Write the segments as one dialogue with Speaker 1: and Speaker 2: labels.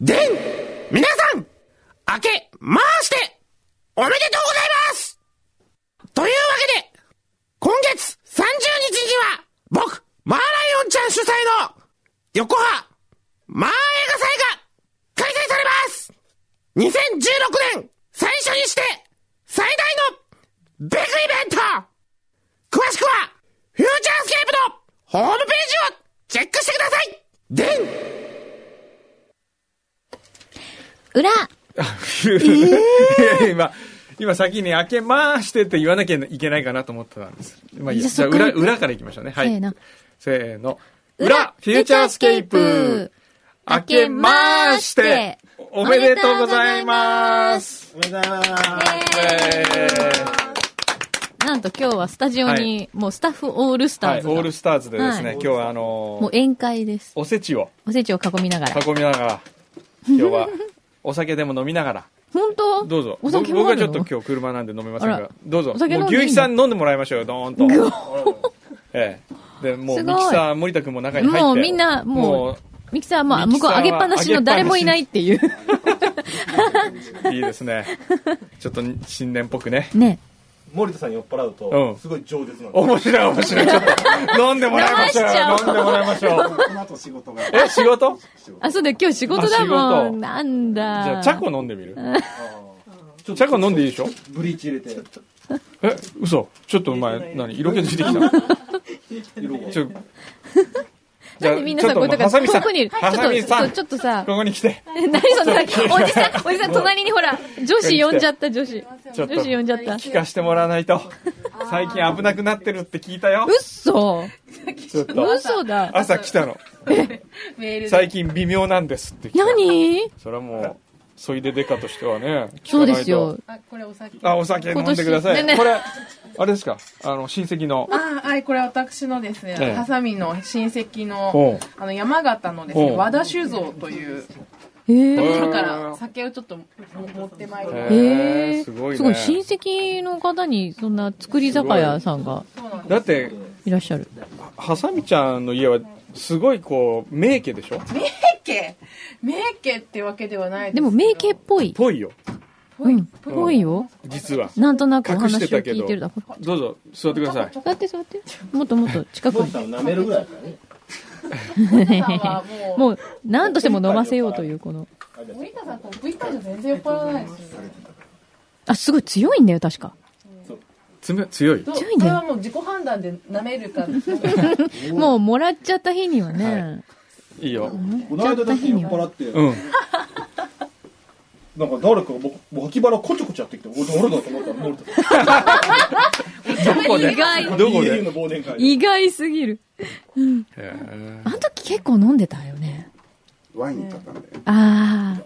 Speaker 1: でん、皆さん、明け、まして、おめでとうございますというわけで、今月30日には、僕、マーライオンちゃん主催の、横浜、マー映画祭が、開催されます2016年、最初にして、最大の、ビッグイベント詳しくは、フューチャースケープの、ホームページを、チェックしてくださいでん
Speaker 2: 裏
Speaker 3: いや今、今先に開けまーしてって言わなきゃいけないかなと思ってたんです。まあいいや。
Speaker 2: じ
Speaker 3: じ
Speaker 2: ゃ
Speaker 3: ゃ
Speaker 2: あ
Speaker 3: あ
Speaker 2: そっか
Speaker 3: 裏、
Speaker 2: ら
Speaker 3: 裏から行きましょうね。はい。
Speaker 2: せーの。
Speaker 3: せーの。裏、フューチャースケープ開けまーしておめでとうございます
Speaker 4: おめでとうございます。
Speaker 2: えーなんと今日はスタジオ
Speaker 3: は
Speaker 2: に
Speaker 3: い、
Speaker 2: もうスタッフオールスタ
Speaker 3: は
Speaker 2: ー
Speaker 3: い、
Speaker 2: ズ
Speaker 3: オール
Speaker 2: が。
Speaker 3: スターズでですね、
Speaker 2: はい
Speaker 3: 今日はあのー
Speaker 2: もう宴会です。
Speaker 3: おせちを
Speaker 2: おせちを囲みながら。
Speaker 3: 囲みながら、今日は、お酒でも飲みながら、
Speaker 2: 本当
Speaker 3: どうぞ。
Speaker 2: お
Speaker 3: 僕
Speaker 2: 酒も
Speaker 3: 僕
Speaker 2: あ
Speaker 3: は
Speaker 2: る
Speaker 3: ち
Speaker 2: の
Speaker 3: ょっと今日車なんで飲めません
Speaker 2: あら
Speaker 3: が、どうぞ。
Speaker 2: お酒飲んで
Speaker 3: もう
Speaker 2: いいの
Speaker 3: 牛肥さん飲んでもらいましょうよ、ドーンと。 ええ。で、もう
Speaker 2: す
Speaker 3: ミ
Speaker 2: ごい
Speaker 3: キサー、森田君も中に入って。
Speaker 2: もうみんな、もう、ミキサーまあ
Speaker 3: ミ
Speaker 2: 向
Speaker 3: キサ
Speaker 2: こ
Speaker 3: ー
Speaker 2: う
Speaker 3: は
Speaker 2: 上げっぱなしの誰もいないっていう。
Speaker 3: う、いいですね。 ちょっと新年っぽくね。
Speaker 2: ね。
Speaker 4: 森田さんに酔っ払うと、
Speaker 3: うん
Speaker 4: すごい饒舌なんです。
Speaker 3: 面白い面白い。ちょっと、飲んでもらいま しょうよ。
Speaker 2: 飲ましちゃおう
Speaker 3: 飲んでもらいましょう。
Speaker 4: この後仕事が。
Speaker 3: え、仕事
Speaker 2: あ、そうだよ、今日仕事だも
Speaker 3: あ仕事
Speaker 2: ん。なんだ。
Speaker 3: じゃあ、チャコ飲んでみる
Speaker 4: ちょっ
Speaker 3: チャコ飲んでいいでしょ
Speaker 4: ブリーチ入れて、
Speaker 3: え、嘘。ちょっとお前、何色気ついてきた。
Speaker 4: 色が。
Speaker 3: ちょ、じ
Speaker 2: な
Speaker 3: ゃ
Speaker 2: ん
Speaker 3: あ
Speaker 2: でみんなさ、こう、だか
Speaker 3: ハ
Speaker 2: ら、
Speaker 3: サミさん
Speaker 2: 遠くにいる。ちょ
Speaker 3: ハサミ
Speaker 2: っ
Speaker 3: さ
Speaker 2: と、
Speaker 3: ん
Speaker 2: ちょっとさ、
Speaker 3: ここに来て。
Speaker 2: 何そのさ、おじさん、おじさん、隣にほら、女子呼んじゃった、女子。
Speaker 3: ちょっと
Speaker 2: 女子呼んじゃった。
Speaker 3: 聞かしてもらわないと。最近危なくなってるって聞いたよ。
Speaker 2: 嘘
Speaker 3: ちょっと。
Speaker 2: 嘘だ。
Speaker 3: 朝来たの。
Speaker 5: メールで
Speaker 3: 最近微妙なんですって来た。
Speaker 2: 何
Speaker 3: それはもう、そいででかとしてはね。
Speaker 2: そうですよ。。
Speaker 5: あこれお酒
Speaker 3: あ、お酒飲んでくださ
Speaker 2: 今
Speaker 3: い。
Speaker 2: 年ねね
Speaker 3: これ、あれですかあの、親戚の。
Speaker 5: ああはいこれは私のですね、
Speaker 3: ええ
Speaker 5: ハサミの親戚
Speaker 3: ほ
Speaker 5: の
Speaker 3: う
Speaker 5: あの山形のですね
Speaker 3: ほう
Speaker 5: 和田酒造という
Speaker 2: え
Speaker 5: とこ
Speaker 2: ー
Speaker 5: ろから酒をちょっとも持ってまいりまし
Speaker 2: え
Speaker 3: すごい
Speaker 2: ー
Speaker 3: ね。
Speaker 2: すごい、親戚の方に、そんな作り酒屋さんが
Speaker 5: たそうなんで
Speaker 3: だって、
Speaker 2: いらっしゃる。
Speaker 3: ハサミちゃんの家は、すごいこう、名家でしょ
Speaker 5: す名家名家ってわけではないです
Speaker 2: でも、名家っぽい。
Speaker 3: ぽいよ。
Speaker 5: ぽ
Speaker 2: う
Speaker 5: い
Speaker 2: ん、ぽいよ。
Speaker 3: 実は。
Speaker 2: なんとなくお
Speaker 3: 隠
Speaker 2: 話を
Speaker 3: してたけ
Speaker 2: 聞
Speaker 3: ど
Speaker 2: いてるだ。ほら
Speaker 3: どうぞ、座ってください。
Speaker 2: 座って座って。もっとも っと近く
Speaker 4: 森
Speaker 2: に
Speaker 4: 田。さん舐めるぐらいだからね。
Speaker 5: 森田さんはもう
Speaker 2: もう、何としても飲ませようという、この。
Speaker 5: 森田さんと僕タじゃ全然酔っ払わないですよね
Speaker 2: あ、すごい強いんだよ、確か。
Speaker 3: つめ強い。
Speaker 5: どう
Speaker 2: 強いんだよ
Speaker 5: それはもう自己判断で舐めるか
Speaker 2: もう、もらっちゃった日にはね。
Speaker 3: いいよ。
Speaker 4: この間だって酔っ払って、
Speaker 3: うん。
Speaker 4: なんか誰かが僕脇腹こちょこちょやってきて、俺誰だと思ったら森田さん。
Speaker 2: 意外、
Speaker 3: どこで
Speaker 4: BAU の忘年会で。
Speaker 2: 意外すぎる。
Speaker 3: へー
Speaker 2: あの時結構飲んでたよね。
Speaker 6: ワイン買ったんだよ。
Speaker 2: ああ。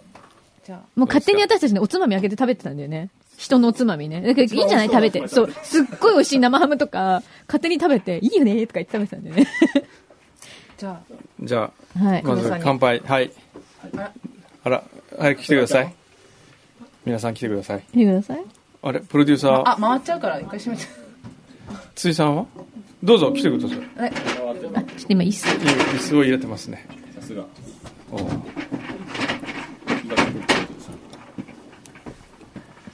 Speaker 5: じゃあ
Speaker 2: もう勝手に私たちね、おつまみ開けて食べてたんだよね。人のおつまみね。だからいいんじゃない食べて。そう。すっごい美味しい生ハムとか、勝手に食べて、いいよねとか言って食べてたんだよね。
Speaker 5: じゃ
Speaker 3: じゃ
Speaker 2: は
Speaker 3: あ、
Speaker 2: い。
Speaker 3: まず乾杯。はい。あら、早く来てください。皆さん来てください。
Speaker 2: 見てください。
Speaker 3: あれ、プロデューサ
Speaker 5: あ
Speaker 3: ー、
Speaker 5: あ回っちゃうから一回閉めて
Speaker 3: ついさんはどうぞ来てください。
Speaker 2: ちょっと今、椅子。
Speaker 3: いい椅子を入れてますね。
Speaker 4: さすが。
Speaker 3: おう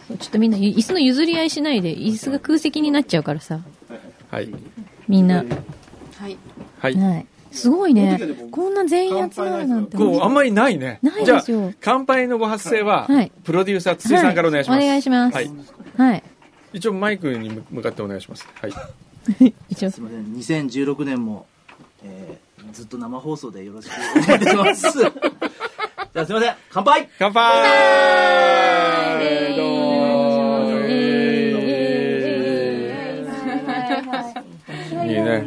Speaker 2: そうちょっとみんな、椅子の譲り合いしないで、椅子が空席になっちゃうからさ。
Speaker 3: はい。
Speaker 2: みんな。
Speaker 5: はい
Speaker 3: はい。
Speaker 2: はい。すごいね。こんな全員集まるなんて。
Speaker 3: こう、あんまりないね。
Speaker 2: ないです
Speaker 3: じ
Speaker 2: よ
Speaker 3: ゃあ、乾杯のご発声は、
Speaker 2: はい
Speaker 3: プロデューサー、筒井さんからお願いします。
Speaker 2: はいお願いします
Speaker 3: はい。
Speaker 2: はい。
Speaker 3: 一応、マイクに向かってお願いします。はい。
Speaker 2: 一応。
Speaker 7: すみません、2016年も、えー、ずっと生放送でよろしくお願いいたします。じゃあすみません、乾杯
Speaker 3: 乾杯どうもいいね。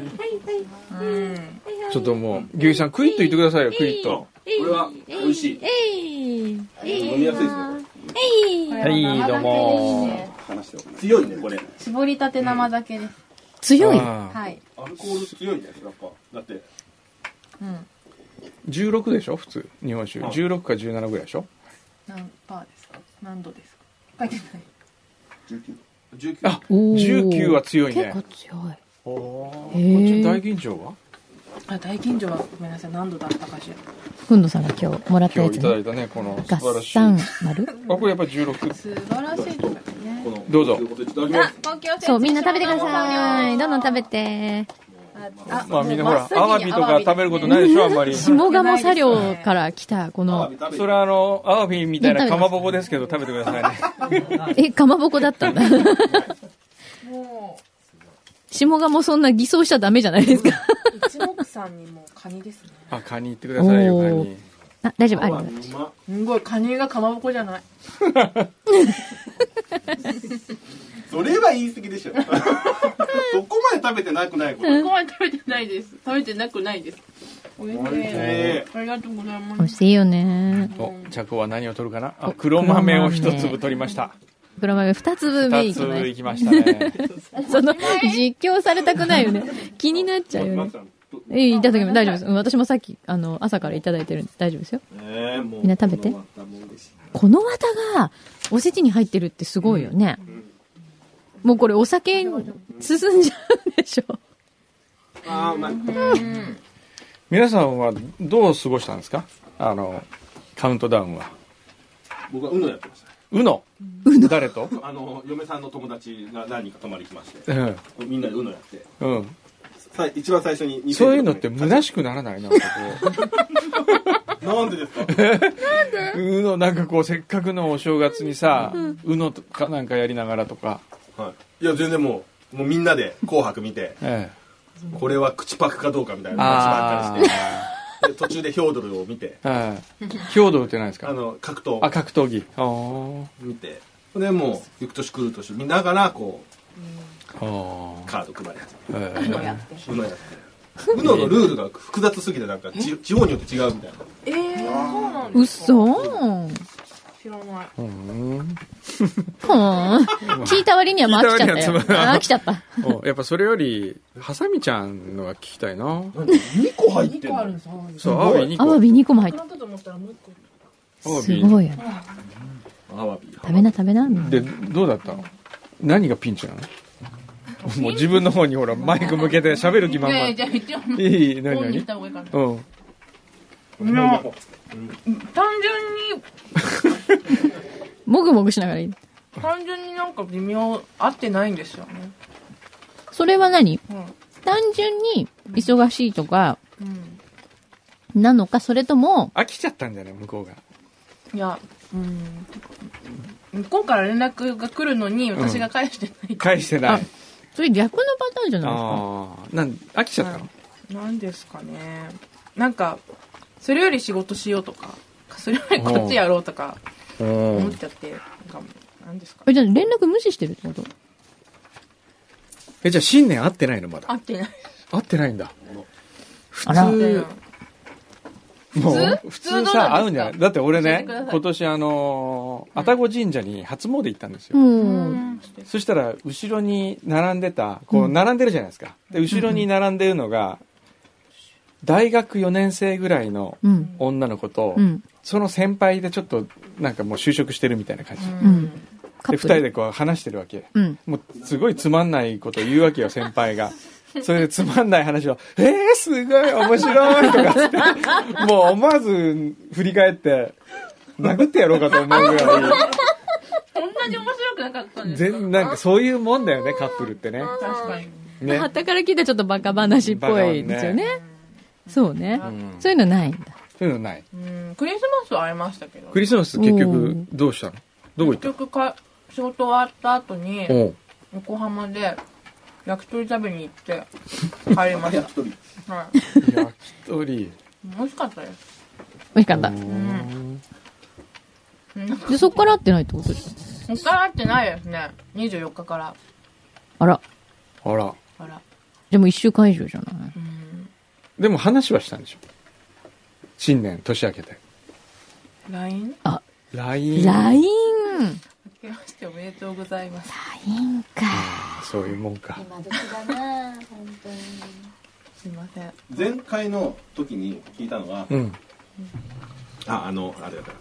Speaker 3: ちょっともう、牛さん、クイッと言ってくださいよ、クイッと。
Speaker 4: これは美味しい。飲みやすいですね。
Speaker 3: はい、どうも。
Speaker 4: 話しておくね強いね、これ。
Speaker 5: 絞りたて生酒です
Speaker 2: 強い。
Speaker 3: あー
Speaker 5: はい
Speaker 4: アルコール強いね、やっぱ。だって、
Speaker 3: 16でしょ、普通、日本酒。16か17ぐらいでしょ。
Speaker 5: 何パーですか何度ですか書いてない
Speaker 4: 19。
Speaker 3: あ、
Speaker 2: おー
Speaker 3: 19は強いね
Speaker 2: 結構強い。
Speaker 3: こっ
Speaker 2: へ
Speaker 3: ち
Speaker 2: ー
Speaker 3: 大吟醸は
Speaker 5: あ大近所はごめんなさい何度だったかしら
Speaker 2: ふんどさんが今日もらった
Speaker 3: 今
Speaker 2: や
Speaker 3: 日
Speaker 2: つ
Speaker 3: いただ
Speaker 2: ね。
Speaker 3: いたね、この素
Speaker 2: 合
Speaker 3: 晴らしい。
Speaker 2: 算丸
Speaker 3: あ、これやっぱり16。
Speaker 5: 素晴らしいとかね
Speaker 3: どうぞ。
Speaker 5: あ高級
Speaker 2: そう、みんな食べてください。どんどん食べて。
Speaker 5: あ
Speaker 3: まあみんなほら、
Speaker 5: も
Speaker 3: アワ
Speaker 5: う真っ
Speaker 3: ビ
Speaker 5: 先に
Speaker 3: とか食べることないでしょ、あんまり。そ
Speaker 2: 下鴨作業から来た、この、
Speaker 3: れはあの、アワビみたいなかまぼこですけど、食べてくださいね。
Speaker 2: え、かまぼこだったん だ。
Speaker 5: も
Speaker 2: 下鴨そんな偽装しちゃダメじゃないですか。
Speaker 5: う一目散にもうカニですね
Speaker 3: あ、カニ行ってくださいよ、
Speaker 2: お
Speaker 3: カ
Speaker 2: ー
Speaker 3: ニ。
Speaker 2: あ、大丈夫、ありがとうございます。
Speaker 5: すごいカニがかまぼこじゃない
Speaker 4: それは言い過ぎでしょ そこまで食べてなくないこと、
Speaker 5: ここまで食べてないです食べてなくないですおいしい
Speaker 4: え
Speaker 5: ありがとうござい
Speaker 2: 美
Speaker 5: ま
Speaker 2: 味
Speaker 5: す
Speaker 2: しいよね。
Speaker 3: お、チャコは何を取るかなあ、黒豆を一粒取りました。
Speaker 2: 黒豆二粒目
Speaker 3: 二
Speaker 2: いきま
Speaker 3: 粒い
Speaker 2: す。
Speaker 3: きましたね。
Speaker 2: その、実況されたくないよね。気になっちゃう よね。え、いただきます。大丈夫です。うん私もさっき、あの、朝からいただいてるんで大丈夫ですよ。
Speaker 4: えもう
Speaker 2: みんな食べてこの綿が、おせちに入ってるってすごいよね。もうこれお酒に進んじゃうでしょ。
Speaker 4: ああうまい
Speaker 3: 皆さんはどう過ごしたんですかあの、カウントダウンは。
Speaker 4: 僕はうのやってました
Speaker 3: うの。誰と
Speaker 4: あの嫁さんの友達が何人か泊まり来ま して
Speaker 3: うん。
Speaker 4: みんなでうのやって
Speaker 3: うん。
Speaker 4: さ一番最初に
Speaker 3: そういうのって虚しくならない なんかこ
Speaker 4: なんでですか
Speaker 3: う。うの、なんかこう、せっかくのお正月にさ、うのとかなんかやりながらとか。
Speaker 4: はい、いや全然もうもうみんなで「紅白」見て
Speaker 3: え
Speaker 4: これは口パクかどうかみたい
Speaker 3: え。
Speaker 4: な話ばっかりして
Speaker 3: あ
Speaker 4: で途中でヒョードルを見て
Speaker 3: あ。ええ。兵道打てないです
Speaker 4: あ
Speaker 3: か
Speaker 4: の格闘
Speaker 3: あ、格闘技。あー
Speaker 4: 見てでもう行く年来る年見ながらこ
Speaker 3: あ
Speaker 4: うカード配り始
Speaker 3: ー。ええ
Speaker 4: めるうのやってうののルールが複雑すぎてなんか地地方によって違うみたいな
Speaker 5: えー、そうなんだ
Speaker 2: 嘘ー
Speaker 5: 知らない
Speaker 3: うん
Speaker 2: ふーん。聞いた割にはもう飽きちゃったよ。
Speaker 3: 聞いた割にはつまら
Speaker 2: あ
Speaker 3: ん
Speaker 2: 飽きちゃった。
Speaker 3: おやっぱそれより、ハサミちゃんのは聞きたいな。
Speaker 4: 2個入
Speaker 5: 2個あるんですよ
Speaker 3: そう、アワビ2個。
Speaker 2: アワビ2個も入っ
Speaker 5: 少
Speaker 2: て
Speaker 5: なくと思ったらもう1個
Speaker 3: アワ
Speaker 2: す
Speaker 3: ビ
Speaker 2: ごいよね。
Speaker 4: アワビ
Speaker 2: 食べな食べな。
Speaker 3: で、どうだったの何がピンチなのもう自分の方にほら、マイク向けて喋る気満
Speaker 5: いや
Speaker 3: 々。
Speaker 5: いやじゃあ一応
Speaker 3: いい、何
Speaker 5: オンにし
Speaker 3: 何
Speaker 5: た方がいいかな
Speaker 3: うん。
Speaker 5: 単純に
Speaker 2: もぐもぐしながらいい。
Speaker 5: 単純になんか微妙合ってないんですよね
Speaker 2: それは何
Speaker 5: うん
Speaker 2: 単純に忙しいとか、
Speaker 5: うん
Speaker 2: なのか、それとも、
Speaker 3: 飽きちゃったんじゃない向こうが。
Speaker 5: いやうん向こうから連絡が来るのに私が返してない、
Speaker 3: 返してない。
Speaker 2: それ逆のパターンじゃないですか。
Speaker 3: ああー。なん、飽きちゃったの
Speaker 5: なんですかねなんかそれより仕事しようとかそれよりこっちやろうとか思っちゃってなんかなんですか
Speaker 2: えじゃあ連絡無視してるってこと
Speaker 3: え、じゃあ新年会ってないのま
Speaker 5: 合
Speaker 3: だ。
Speaker 5: ってない
Speaker 3: 会ってないんだ。
Speaker 2: あら。
Speaker 3: もう、
Speaker 5: 普
Speaker 3: 普
Speaker 5: 通どうな
Speaker 3: 通
Speaker 5: んですか
Speaker 3: さ、会うんじゃないだって俺
Speaker 5: 教え
Speaker 3: ね
Speaker 5: てくださ、い
Speaker 3: 今年あのー、愛宕神社に初詣行ったんですよ。
Speaker 2: うん。
Speaker 3: そしたら、後ろに並んでた、こう、並んでるじゃないですか。で、後ろに並んでるのが、大学4年生ぐらいの
Speaker 2: うん。
Speaker 3: 女の子と
Speaker 2: う、ん。
Speaker 3: その先輩でちょっと、なんかもう就職してるみたいな感じ。
Speaker 5: うん
Speaker 2: カ
Speaker 3: で、
Speaker 2: ッ
Speaker 3: 二
Speaker 2: プ
Speaker 3: 人
Speaker 2: ル。
Speaker 3: でこう話してるわけ。
Speaker 2: うん。
Speaker 3: もう、すごいつまんないこと言うわけよ、先輩が。 それでつまんない話を、えー、すごい面白いとかって、 もう思わず振り返って、殴ってやろうかと思うぐら
Speaker 5: 同じ面白くなかったん
Speaker 3: い、
Speaker 5: ですか
Speaker 3: 全なんかそういうもんだよね、カップルってね。
Speaker 5: 確かに
Speaker 3: ね。
Speaker 2: はたから聞いたらちょっとバカ話っぽいですよね。そうね、
Speaker 3: ん
Speaker 2: そういうのないんだ。
Speaker 3: そういうのない。
Speaker 5: うんクリスマスはありましたけど
Speaker 3: クリスマス結局、どうしたのどこ行
Speaker 5: 結
Speaker 3: った
Speaker 5: 局か仕事終わった後に
Speaker 3: のおう
Speaker 5: 横浜で焼き鳥食べに行って帰りまし
Speaker 4: 焼き鳥
Speaker 5: た、はい、
Speaker 3: 焼き鳥。
Speaker 5: 美味しかったです
Speaker 2: 美味しかった。
Speaker 5: うんうん
Speaker 2: で、そっから会ってないってことですか
Speaker 5: 他からってないですね24日から
Speaker 2: あら。
Speaker 3: あら。
Speaker 5: あら
Speaker 2: でも一週間以上じゃない
Speaker 5: うん
Speaker 3: でも話はしたんでしょ新年、年明けて。
Speaker 5: LINE?
Speaker 3: LINE。
Speaker 2: ?LINE!
Speaker 5: 明けましておめでとうございます
Speaker 3: そういうもんか。
Speaker 5: すいません
Speaker 4: 前回の時に聞いたのは、
Speaker 3: うん。
Speaker 4: ああのあれだから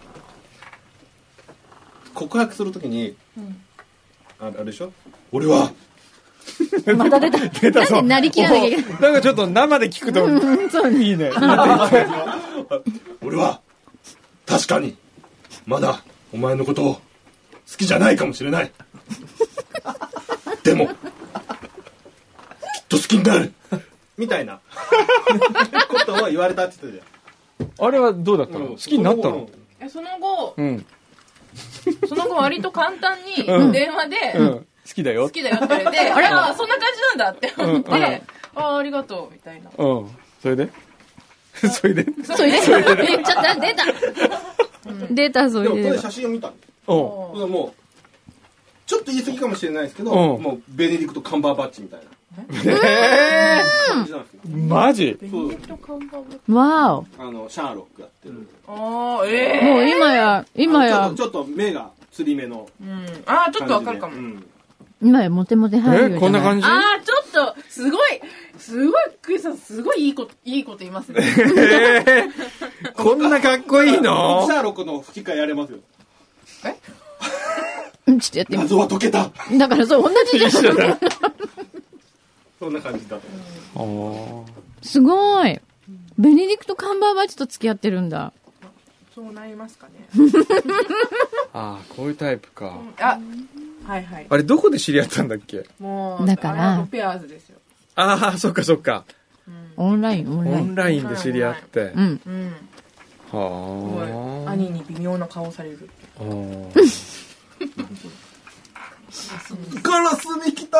Speaker 4: 告白するときに、ああれでしょ俺は
Speaker 2: また出た。
Speaker 3: 出たぞ
Speaker 2: なんでなりきらなきゃいけない。
Speaker 3: おなんかちょっと生で聞くと、
Speaker 2: うん、そうね。
Speaker 3: いいね。
Speaker 4: 俺は確かにまだお前のことを好きじゃないかもしれないでもきっと好きになるみたいなことを言われたって言って
Speaker 3: あれはどうだった
Speaker 4: た
Speaker 3: の
Speaker 4: よ
Speaker 3: 好きになったの
Speaker 5: えその後
Speaker 3: う、ん。
Speaker 5: その後割と簡単
Speaker 3: うん
Speaker 5: に電話で、
Speaker 3: うん。好きだよ
Speaker 5: 好。きだよって言われて、あれあ、そんな感じなんだって思って、
Speaker 3: うんうん
Speaker 5: ああ、ありがとう、みたいな。
Speaker 3: うん。それで それで
Speaker 2: そうね。えちょっと、出た。出た、そ
Speaker 4: で
Speaker 2: う
Speaker 4: もこ
Speaker 2: いえ
Speaker 4: れ
Speaker 2: ば。
Speaker 4: 写真を見たの
Speaker 3: うん。
Speaker 4: これもうちょっと言い過ぎかもしれないですけど、
Speaker 3: うん
Speaker 4: もうベネディクト・カンバーバッチみたいな
Speaker 3: え
Speaker 4: 感じなんですよ、
Speaker 3: ーマジ
Speaker 4: そう
Speaker 2: わお。
Speaker 4: あのシャーロックやってる、
Speaker 5: ああ、ええ
Speaker 2: もう今や、今
Speaker 4: あ
Speaker 2: や
Speaker 4: の、ちょっとちょっと目がつり目の
Speaker 5: うん。ああ、ちょっとわかるかも。
Speaker 4: うん
Speaker 2: 今やモテモテ
Speaker 3: え
Speaker 2: 俳優じゃい。
Speaker 3: こんな感じ
Speaker 5: ああ、ちょっと、すごい、すごい、クイさん、すごいいいこと、いいこと言いますね。
Speaker 3: えー こんなかっこいいの
Speaker 4: シャーロックの吹き替えやれますよ
Speaker 2: うんちょっとやっ
Speaker 4: 謎は解けた
Speaker 2: て。だからそう、同じじゃん。
Speaker 3: 一緒だ。
Speaker 4: そんな感じだと思う
Speaker 3: おー
Speaker 2: すごい。ベネディクト・カンバーバッチと付き合ってるんだ。
Speaker 5: そうなりますかね。
Speaker 3: ああ、こういうタイプか。
Speaker 5: あ、はいはい。
Speaker 3: あれ、どこで知り合ったんだっけ
Speaker 5: もう、
Speaker 2: だから
Speaker 5: あのペアーズですよ。
Speaker 3: ああ、そっかそっか。
Speaker 2: オンライン、オン
Speaker 3: オ
Speaker 2: ライ
Speaker 3: ン
Speaker 2: ン。
Speaker 3: ラインで知り合って
Speaker 2: う。ん。
Speaker 5: うん。すごい
Speaker 3: はあ。
Speaker 5: 兄に微妙な顔される。
Speaker 3: あー
Speaker 4: ガラスに来た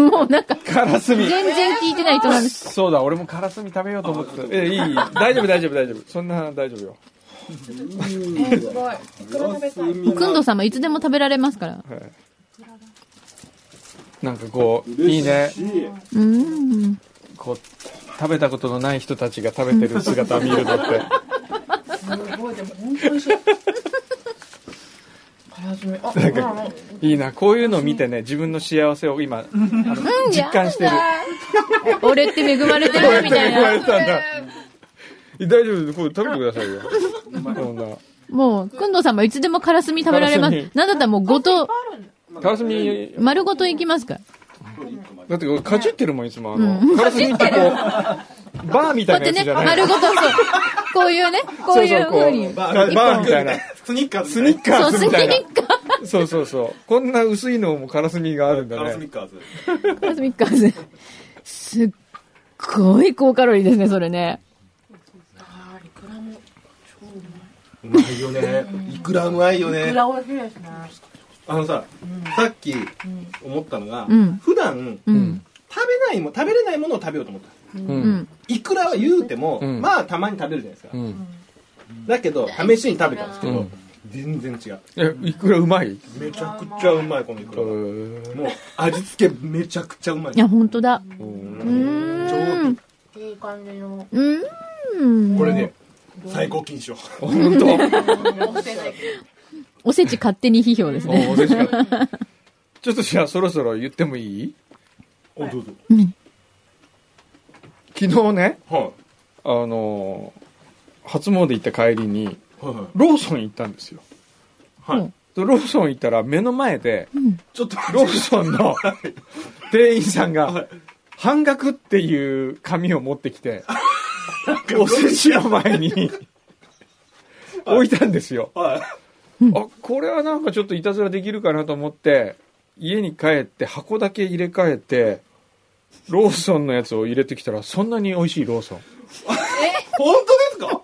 Speaker 2: もうなんか、
Speaker 3: カラスミ。
Speaker 2: 全然聞いてない人なんです。
Speaker 3: そうだ、俺もカラスミ食べようと思ってた。え、いい、いい大丈夫、大丈夫、大丈夫。そんな、大丈夫よ。
Speaker 5: すごい。
Speaker 2: くんど様いつでも食べられますから。
Speaker 3: なんかこう、いいね。
Speaker 2: うん。
Speaker 3: こう、食べたことのない人たちが食べてる姿を見るのって。
Speaker 5: すごい、でも本当に美味しい。から始め、あ、まあまあ、
Speaker 3: いいな、こういうのを見てね、自分の幸せを今、あの実感してる。
Speaker 2: 俺って恵まれてるみたい
Speaker 3: 言われ
Speaker 2: な。
Speaker 3: たんだ。大丈夫、これ食べてくださいよ。こんな。
Speaker 2: もう、くんど様いつでもカラスミ食べられま
Speaker 3: カラス
Speaker 2: す
Speaker 3: ミ。
Speaker 2: なんだったらもうごと、
Speaker 3: カラスミ、
Speaker 2: 丸ごといきますから。
Speaker 3: だってこれかじってるもん、いつも。あの、カラスミってこう、バーみ
Speaker 2: こう
Speaker 3: た
Speaker 2: や
Speaker 3: い
Speaker 2: って
Speaker 3: なやつ
Speaker 2: ね、
Speaker 3: じゃない
Speaker 2: 丸ごと、そう。こういうね、こういう
Speaker 3: そうそうこう
Speaker 2: 風に。
Speaker 3: バーバーみたいな。
Speaker 4: スニッカーズ
Speaker 3: スニッカ
Speaker 2: そ
Speaker 3: ー
Speaker 2: う、
Speaker 3: ズ
Speaker 2: ス
Speaker 3: み
Speaker 2: ニ
Speaker 3: たいな。
Speaker 2: ッカー。
Speaker 3: そうそうそう。こんな薄いのもカラスミがあるん
Speaker 4: ガ
Speaker 3: だ
Speaker 4: ラスニ
Speaker 3: ね。
Speaker 4: ッカーズ
Speaker 2: カラスミッカーズ。すっごい高カロリーですね、それね。
Speaker 5: あーいくらも、超うま
Speaker 4: うまいよねいくらうまいよ
Speaker 5: い。いく
Speaker 4: ね
Speaker 5: ら美味しいですね。
Speaker 4: あのささっき思ったのが
Speaker 2: うん
Speaker 4: 普段
Speaker 2: う
Speaker 3: うんん。。
Speaker 4: 食べないも食べれないものを食べようと思った
Speaker 3: う。
Speaker 2: うんん。
Speaker 4: いくらは言うても
Speaker 3: うん
Speaker 4: まあたまに食べるじゃないです
Speaker 3: う
Speaker 4: か
Speaker 3: ん。
Speaker 4: だけど試しに食べたんですけ
Speaker 3: う
Speaker 4: ど
Speaker 3: ん
Speaker 4: 全然違う
Speaker 3: え、いくらうま い
Speaker 4: めちゃくちゃうまいこのいくらもう味付けめちゃくちゃうまい
Speaker 2: いや、本当だ。
Speaker 4: うん
Speaker 2: うーん。
Speaker 5: いい感じの。
Speaker 2: うーん。
Speaker 4: これね最高金賞
Speaker 3: 本当。
Speaker 2: おせち勝手に批評ですね。
Speaker 3: お嬉しかったちょっとじゃあそろそろ言ってもいい
Speaker 4: おどうぞ
Speaker 3: 昨日ね、
Speaker 4: は
Speaker 3: あのー、初詣行った帰りに、
Speaker 4: いはいはい
Speaker 3: ローソン行ったんですよ。
Speaker 4: はい
Speaker 2: うん
Speaker 3: でローソン行ったら目の前で、
Speaker 4: ちょっと
Speaker 3: ローソンの店員さんが、半額っていう紙を持ってきて、お寿司の前に置いたんですよ。
Speaker 4: はい
Speaker 3: あ、これはなんかちょっといたずらできるかなと思って、家に帰って箱だけ入れ替えて、ローソンのやつを入れてきたら、そんなに美味しいローソン。
Speaker 4: 本当ですか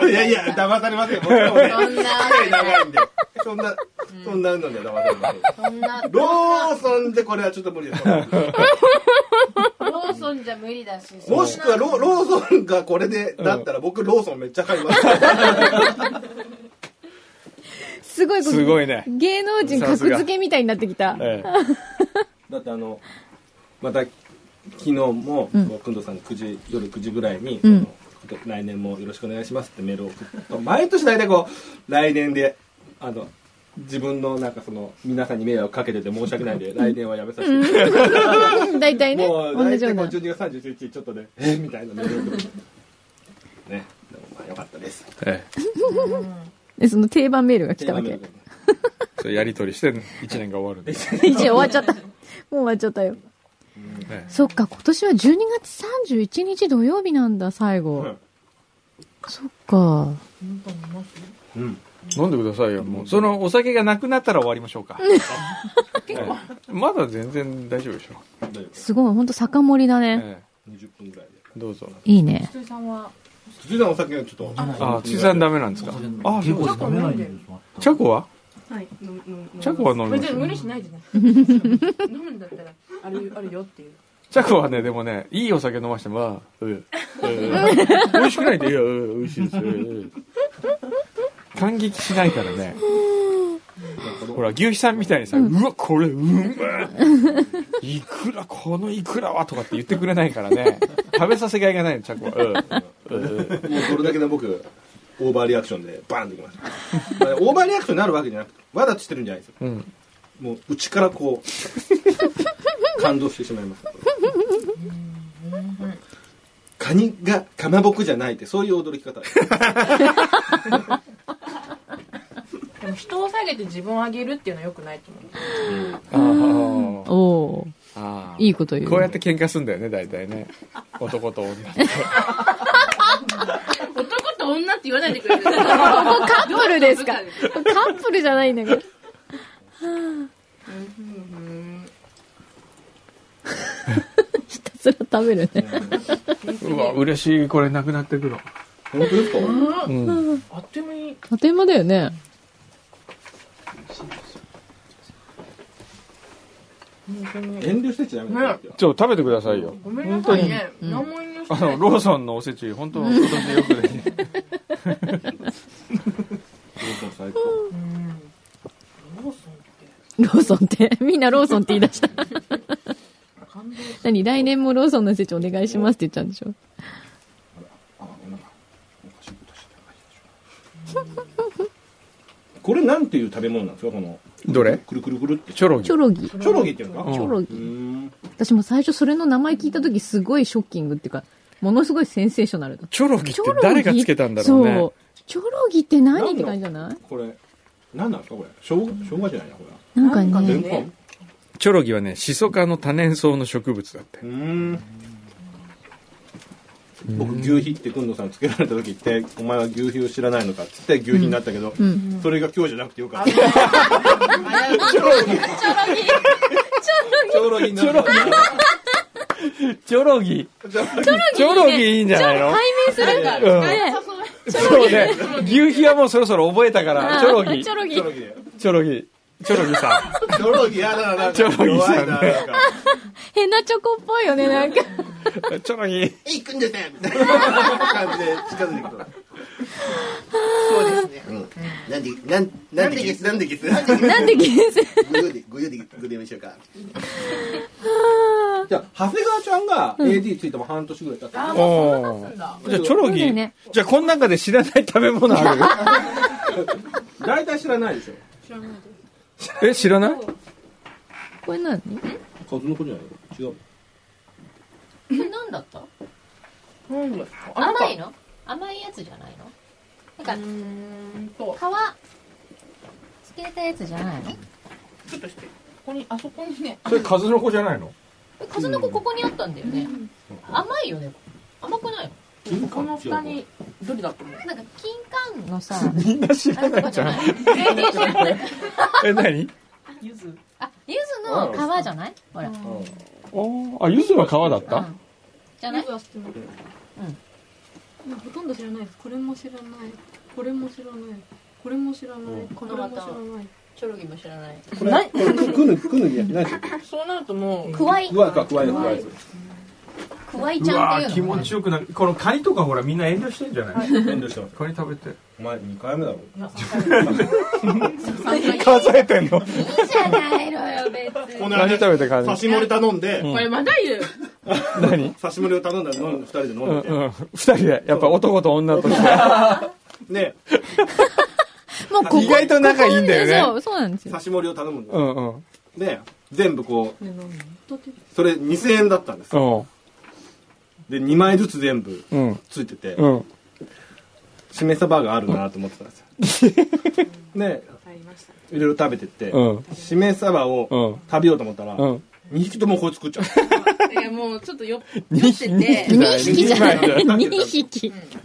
Speaker 4: いやいやいや、騙されますよ。僕らもね、
Speaker 5: そんな
Speaker 4: 長いんで。 そんな、そんなのでは騙されません。
Speaker 5: そんな、
Speaker 4: ローソンでこれはちょっと無理です。
Speaker 5: ローソンじゃ無理だし。
Speaker 4: もしくはロ、ローソンがこれで、だったら僕ローソンめっちゃ買います。
Speaker 2: すごいこと
Speaker 3: すごいね。
Speaker 2: 芸能人格付けみたいになってきた。
Speaker 3: ええ
Speaker 4: だってあの、また、昨日も、
Speaker 2: うん
Speaker 4: くんどさんに9時、夜9時ぐらいに、
Speaker 2: うん
Speaker 4: あの来年もよろしくお願いしますってメールを送って、毎年大体こう、来年で、あの、自分のなんかその、皆さんに迷惑かけてて申し訳ないんで、来年はやめさせて
Speaker 2: 大体ね、
Speaker 4: もう
Speaker 2: 同
Speaker 4: 大
Speaker 2: じよ
Speaker 4: 体
Speaker 2: う
Speaker 4: こう
Speaker 2: な。
Speaker 4: 12月31日ちょっとねえ みたいなねねでもまあ良かったです
Speaker 3: ええ
Speaker 2: で、その定番メールが来たわけ。
Speaker 4: テ
Speaker 3: そうやり取りして1年が終わるんで、
Speaker 2: 一年終わっちゃった。もう終わっちゃったよ。
Speaker 3: ね、
Speaker 2: そっか、今年は12月31日土曜日なんだ、最後。
Speaker 4: うん
Speaker 2: そっか。
Speaker 4: うん。
Speaker 3: 飲んでくださいよもうそのお酒がなくなったら終わりましょうか、はいまだ全然大丈夫でしょ、
Speaker 4: 大丈夫
Speaker 2: すごい、ほんと酒盛りだね。
Speaker 3: え
Speaker 4: 20分ぐらいで。
Speaker 3: えどうぞ
Speaker 2: いいね。
Speaker 5: 筒井さんは
Speaker 4: 辻さんお酒がちょっと。
Speaker 3: あ辻さんダメなんですかあそうです
Speaker 5: か
Speaker 7: 飲めないんですよ
Speaker 3: チャコは
Speaker 5: はい飲む飲む
Speaker 3: チャコは飲みます
Speaker 5: 別に無理しないでね飲むんだったらあるあるよっていう
Speaker 3: チャコはねでもねいいお酒飲ましてもまあ、うんうん美味しくないでいやうん美味しいですよ、うん感激しないからねほら牛肥さんみたいにさ「うわこれうまいいくらこのいくらは」とかって言ってくれないからね食べさせがいがないのチャコは、うんうんうん
Speaker 4: もうそれだけで僕、オーバーリアクションでバーンってきました。まあオーバーリアクションになるわけじゃなくて、わざとしてるんじゃないですよ。
Speaker 3: うん
Speaker 4: もう内からこう、感動してしまいます。カニがかまぼこじゃないって、そういう驚き方。
Speaker 5: でも人を下げて自分を上げるっていうのはよくないと思う
Speaker 3: あ
Speaker 2: おおー
Speaker 3: あ
Speaker 2: いいこと言う。
Speaker 3: こうやって喧嘩すんだよね大体ね男と女
Speaker 5: 男と女って言わないでくれる
Speaker 2: ここカップルですかカップルじゃないんだ けど。ひたすら食べるね。
Speaker 3: うわ嬉しいこれなくなってくの
Speaker 4: 本当ですか
Speaker 5: あっという間に
Speaker 2: あっという間だよね。
Speaker 4: 遠慮してちゃダメなんですよ。
Speaker 3: ちょっと食べてくださいよ
Speaker 5: ごめんなさいね何も言いし
Speaker 3: あ
Speaker 5: てな
Speaker 3: の
Speaker 5: い
Speaker 3: ローソンのおせち本当今年よくできて
Speaker 4: 最高。
Speaker 5: ローソンって
Speaker 2: ローソンって、 みんなローソンって言い出した。
Speaker 5: 感動す
Speaker 2: 何来年もローソンの施設お願いしますって言っちゃうんでしょ
Speaker 4: これなんていう食べ物なんですかこの
Speaker 3: どれ
Speaker 4: くるくるくるって
Speaker 3: チョロギ
Speaker 2: チョロギ。チ
Speaker 4: チョロギっていうのか
Speaker 3: うん
Speaker 2: ョロ
Speaker 4: う
Speaker 2: ギ。
Speaker 4: ーん
Speaker 2: 私も最初それの名前聞いた時すごいショッキングっていうか、ものすごいセンセーショナルだった。
Speaker 3: チョロギって誰がつけたんだろう
Speaker 2: そ
Speaker 3: ね
Speaker 2: う。チョロギって何って感じじゃない
Speaker 4: これ何なんですかこれしょう生姜じゃないなこ
Speaker 2: なんか
Speaker 5: なんか
Speaker 4: れは
Speaker 2: ね
Speaker 5: ね、
Speaker 4: レン
Speaker 3: チョロギはねシソ科の多年草の植物だって
Speaker 4: コンうーん僕牛皮ってくんどさんつけられた時ってお前は牛皮を知らないのかっつって牛皮になったけど、それが今日じゃなくてよかったチョロギチョロギチョロギ
Speaker 3: チョロギ
Speaker 4: チョロギ
Speaker 3: チョロギいいんじゃないの
Speaker 2: 対面するんだ。
Speaker 3: うん
Speaker 2: ね
Speaker 3: そうね牛皮はもうそろそろ覚えたからチョロギ
Speaker 2: チョロギ
Speaker 4: チョロギだよ
Speaker 3: チョロギチョロギ さん
Speaker 4: チョロギやだななんか
Speaker 3: チョロギさんね
Speaker 4: 弱いななんか
Speaker 2: 変なチョコっぽいよね、なんか。
Speaker 3: チョロギ
Speaker 4: 行くんですねみたいな感じで近づいてくる。
Speaker 5: そうですね
Speaker 6: なんで、なん、なんでゲス、なんでゲス、なんでゲ
Speaker 2: なんでゲーセン
Speaker 6: ス、ご用で、ご用で、ご電話しようか。
Speaker 4: じゃあ長谷川ちゃんが AD ついても半年ぐらい経った、
Speaker 5: あ
Speaker 3: お
Speaker 5: もうそんな経つんだ
Speaker 3: じゃあチョロ
Speaker 2: そうだ
Speaker 3: ギ、
Speaker 2: よね
Speaker 3: じゃあこの中で知らない食べ物ある
Speaker 4: 大体知らないでしょ
Speaker 5: 知らないで
Speaker 3: え知らない
Speaker 2: これ何
Speaker 4: 数の子じゃない違う
Speaker 8: これ何だった
Speaker 5: なんですかあなんか
Speaker 8: 甘いの甘いやつじゃないのな
Speaker 5: うん
Speaker 8: か
Speaker 5: ーんと
Speaker 8: 皮つけたやつじゃないの
Speaker 5: ちょっとしてここにあそこにね
Speaker 3: それ数の子じゃないの
Speaker 8: え数の子ここにあったんだよね甘いよね甘くない
Speaker 5: この蓋にどれだと思う
Speaker 8: のなんか金柑のさ
Speaker 3: みんな知
Speaker 8: あ
Speaker 3: ら
Speaker 8: れと
Speaker 3: な
Speaker 8: か
Speaker 3: いじ
Speaker 8: じゃ
Speaker 3: ゃ
Speaker 8: なん い全然知らない
Speaker 3: え何
Speaker 5: ゆず
Speaker 8: あ柚子の皮じゃないほら
Speaker 3: ああゆずは皮だ
Speaker 8: う
Speaker 3: った
Speaker 8: んじゃない
Speaker 9: は知ってますうん、ほとんど知らないですこれも知らないこれも知らないこれも知らない、これも知らない
Speaker 8: チョロギも知らない
Speaker 4: これこれくぬくぬぎや何でしょ
Speaker 5: そうなるともう
Speaker 8: くわい
Speaker 4: くわかくわいくわい
Speaker 8: くわいちゃんっていうの
Speaker 3: よくなるこのカニとかほらみんな遠慮してんじゃない
Speaker 4: 遠慮してます
Speaker 3: カニ食べて
Speaker 4: お前2回目だろ
Speaker 3: 数えてん の
Speaker 8: いいじゃないのよ別に
Speaker 4: こ
Speaker 3: カニ食べてカニ
Speaker 4: 刺し盛り頼んで、
Speaker 5: これまだいる
Speaker 3: 何
Speaker 4: 刺し盛りを頼んだら飲んで2人で飲
Speaker 3: うんん
Speaker 4: でて、
Speaker 3: うん二人でやっぱ男と女として
Speaker 4: で
Speaker 2: もうここ
Speaker 3: 意外と仲いいんだよね
Speaker 2: そう、そうなんですよ。
Speaker 4: 刺し盛りを頼むんだ
Speaker 3: う
Speaker 4: よ、
Speaker 3: んうん
Speaker 4: で全部こうそれ2000円だったんです
Speaker 3: うん
Speaker 4: で2枚ずつ全部
Speaker 3: うん
Speaker 4: ついてて、
Speaker 3: うん
Speaker 4: しめそばがあるなと思ってたんですよで
Speaker 5: ありましたね
Speaker 4: いろいろ食べてって、
Speaker 3: うん
Speaker 4: しめそばを食べようと思ったら、
Speaker 3: うん
Speaker 4: 2匹ともこう作っちゃった
Speaker 5: いやもうちょっ と酔っ酔ってて
Speaker 2: 2匹じゃない
Speaker 4: 二匹
Speaker 2: 2匹
Speaker 5: 気づか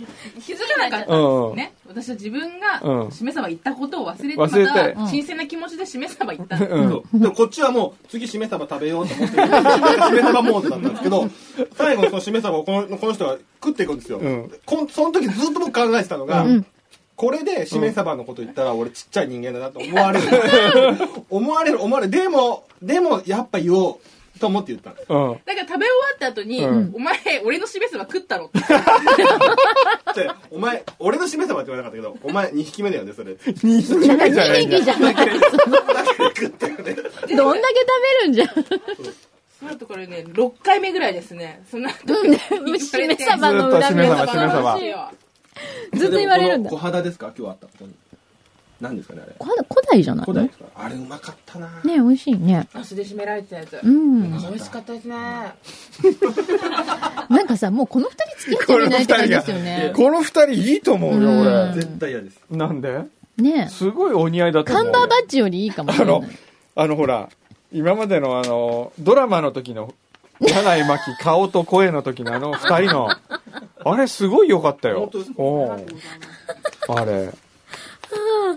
Speaker 5: なかったんですね私は自分
Speaker 3: う
Speaker 5: が
Speaker 3: ん
Speaker 5: しめ鯖行ったことを忘れてま
Speaker 3: 忘れて
Speaker 5: た新鮮な気持ちでしめ鯖行ったんです
Speaker 3: うん
Speaker 4: そうでもこっちはもう次しめ鯖食べようと思って るしめ鯖モードだったんですけど最後のそのしめ鯖をこのこの人が食っていくんですよ、
Speaker 3: うん
Speaker 4: こんその時ずっと僕考えてたのが、これでしめ鯖のこと言ったら俺ちっちゃい人間だなと思わ れる、思われる思われるでもでもやっぱ言おうと思って言ったんです
Speaker 3: うん
Speaker 5: だから食べ終わった後に、
Speaker 3: うん
Speaker 5: お前、俺のしめ鯖食ったろって。
Speaker 4: でお前俺のしめ鯖って言わなかったけどお前2匹目だよねそれだ
Speaker 3: 2匹目じゃないん
Speaker 2: 2
Speaker 3: だ
Speaker 2: 匹じゃない
Speaker 4: けで食ったよ
Speaker 2: ど
Speaker 4: ね
Speaker 2: んだけ食べるんじゃん
Speaker 5: その後これね、6回目ぐらいですね。その後、
Speaker 2: うんしめ鯖の裏
Speaker 3: ずっとしめ
Speaker 2: 目
Speaker 3: 鯖しめ鯖
Speaker 5: しいわ
Speaker 2: ずっと言われるんだ
Speaker 4: でもこの小肌ですか今日あったここに何ですかねあれ
Speaker 2: こ古代じゃない
Speaker 4: 古代
Speaker 2: ね
Speaker 4: ですかあれうまかったな
Speaker 2: 美味しいね
Speaker 5: あ素で締められてたやつ。
Speaker 2: うん
Speaker 5: 美味しかったですね。
Speaker 2: なんかさもう この二人付き合ってみないって感じですよね
Speaker 3: この二人いいと思うよ
Speaker 2: う
Speaker 3: 俺
Speaker 4: 絶対嫌です
Speaker 3: なんで
Speaker 2: ね
Speaker 3: すごいお似合いだと
Speaker 2: カ
Speaker 3: 思う
Speaker 2: ン
Speaker 3: よ
Speaker 2: バーバッジよりいいかもし
Speaker 3: あ
Speaker 2: れない
Speaker 3: のあのほら今までのあのドラマの時の柳井真紀顔と声の時のあの二人のあれすごい良かったよ
Speaker 4: 本当ですか
Speaker 3: おうあれ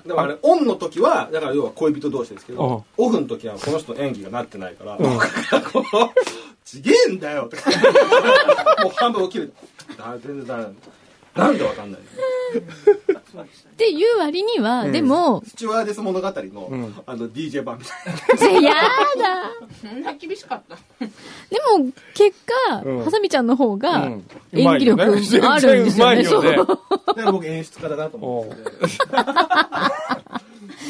Speaker 4: だからあれ、オンの時は、だから要は恋人同士ですけ
Speaker 3: うん
Speaker 4: ど、オフの時はこの人の演技がなってないから、こうちげえんだよとか、 もう半分起きる。だ全然ダメなんだ。なんでわかんないの
Speaker 2: っていう割には、でも
Speaker 4: スチュワーデス物語の、
Speaker 3: ん
Speaker 4: あの、DJ 版みたいな。
Speaker 2: やだ
Speaker 5: そんな厳しかった。
Speaker 2: でも結果、
Speaker 3: うん
Speaker 2: ハサミちゃんの方
Speaker 3: う
Speaker 2: が
Speaker 3: ん
Speaker 2: 演技力
Speaker 3: うまいよね全然
Speaker 2: あるんですよね,、そう
Speaker 3: まいよね
Speaker 4: だから僕演出家だなと思って。